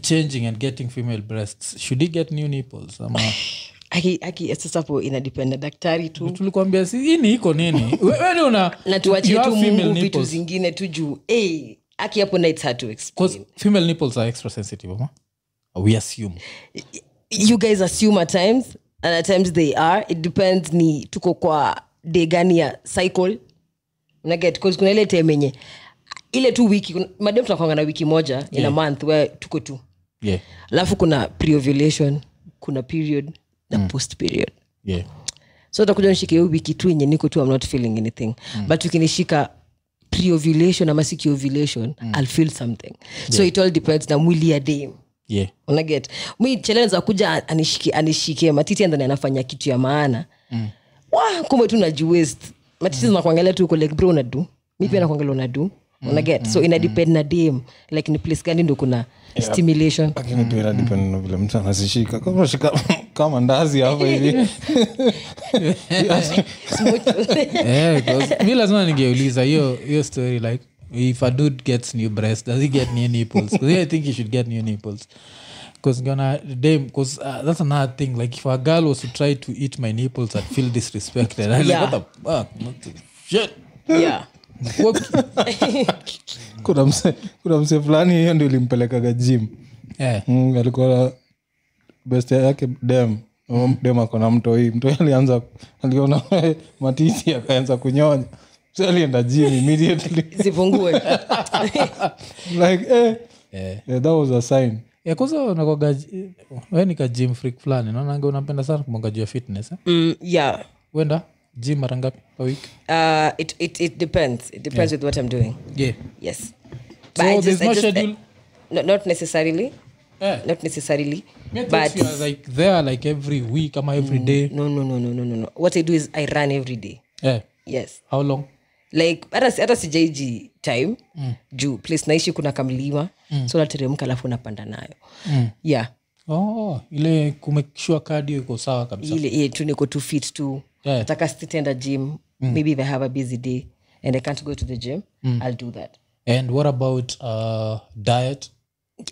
changing and getting female breasts should he get new nipples ama aki aki sasa hapo inadependa daktari tu tulikuambia si hii ni iko nini We- wewe una na tuachie you tu have female mungu vitu nipples zingine tu juu hey, aki hapo na it's hard to explain 'Cause female nipples are extra sensitive ama we assume you guys assume at times and at times they are it depends ni tuko kwa day gani ya cycle unaget bcause kuna ile time yenye ile tu wiki kuna- madem tunakwanga na wiki moja yeah. in a month where tuko tu yeah alafu kuna preovulation kuna period na mm. post period yeah so utakuja nishike hiyo wiki tu yenye niko tu I'm not feeling anything mm. but ukinishika preovulation ama sikiovulation mm. i'll feel something yeah. so it all depends na mwili ya dame yeah unaget mi chelenza kuja anishike anishike matiti andhani anafanya kitu ya maana mm. wa kumbe tu najiwest matiti zinakuangalia tu uko like bro unadu mi pia nakuangalia unadu unaget so inadepend na dam like ni place gani ndo kuna stimulation Lakini pia inadepend na vile mtu anazishika. Kama unashika kama ndazi hapa hivi. yeah, Eh, 'cause mi lazima ningeuliza hiyo hiyo story like if a dude gets new breast does he get new nipples 'Cause yeah, i think he should get new nipples because gonna damn because uh, that's another thing like if a girl was to try to eat my nipples i'd feel disrespected I'm Yeah. like what the fuck What the shit yeah What- Kuna mse kuna mse fulani hiyo ndio ilimpelekaga gym. yeah. Mm, alikuwa na best yake dem. Um, Dem akona mtoi. Mtoi alianza aliona matiti akaanza kunyonya. Mse alienda gym immediately. zipungue like eh. Yeah, that was a sign. Yeah, Eh, 'cause unakwaga- wewe ni ka gym freak fulani naonanga unapenda sana kumonga juu ya fitness eh? mm, yeah wenda gym mara ngapi kwa wiki uh, it, it, it depends it depends with what i'm doing yeah. yes So there's no schedule? no, not necessarily Yeah. not necessarily Me, I thought eh, but Mm. you are like there like every week ama every day no no no no no no no what i do is i run every day yeah. yes Eh, how long like hata si- hata sijaiji time mm. juu place naishi kuna kamlima mm. so nateremka alafu napanda nayo mm. yeah oh, ile kumekishua kadi iko sawa kabisa Eh, ile ile tu niko too fit tu Yeah. nataka sitenda gym Mm. maybe if i have a busy day and i can't go to the gym i'll do that and what about uh, diet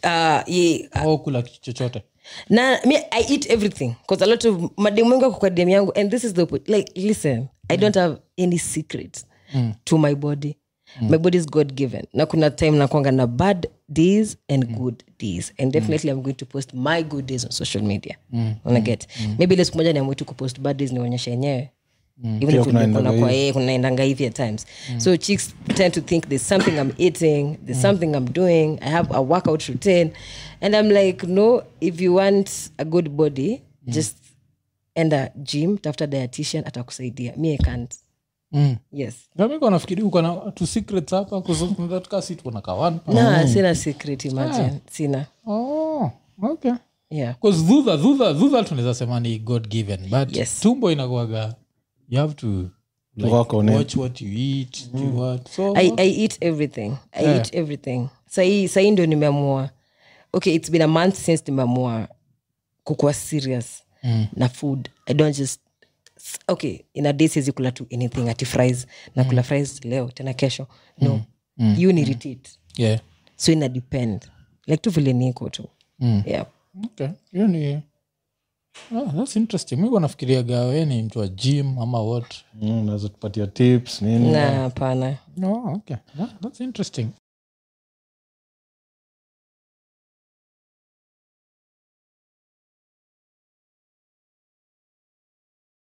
uh, ye, au kula kitu chochote na me i eat everything because a lot of mademu wengi wako kwa DM yangu and this is the oppo- like listen i don't have any secret to my body my body is god given na kuna time nakwanga na bad days and good days and definitely i'm going to post my good days on social media unaget maybe ile siku moja niamue tu kupost bad days nionyeshe yenyewe even if kunaendanga kuna kwa yeye kunaendanga hivi at times so chicks tend to think there's something i'm eating there's something i'm doing i have a workout routine and i'm like no if you want a good body just enda gym tafuta dietitian atakusaidia me i can't Mm. yes amika nafikiri uko na tu secrets hapa kuzatuka tuko na kawan na sina secret imagine sina oh, okay yeah Because dhudha dhudha dhudha tunaweza sema ni god given but Yes. tumbo inakuaga you have to like, Work on it. watch what you eat do what so Mm. I, I eat everything i Yeah. eat everything sahii sahii ndio nimeamua okay it's been a month since nimeamua kukuwa serious mm. na food i don't just s- okay in a day siwezi kula tu anything ati fries nakula fries leo tena kesho no mm. you nirritate yeah so ina depend like tu vile niko tu yeah. okay hiyo ni ah, that's interesting mi wanafikiriaga we ni mtu wa gym ama what Mm, unaweza tupatia tips nini na hapana no okay That- Oh, that's interesting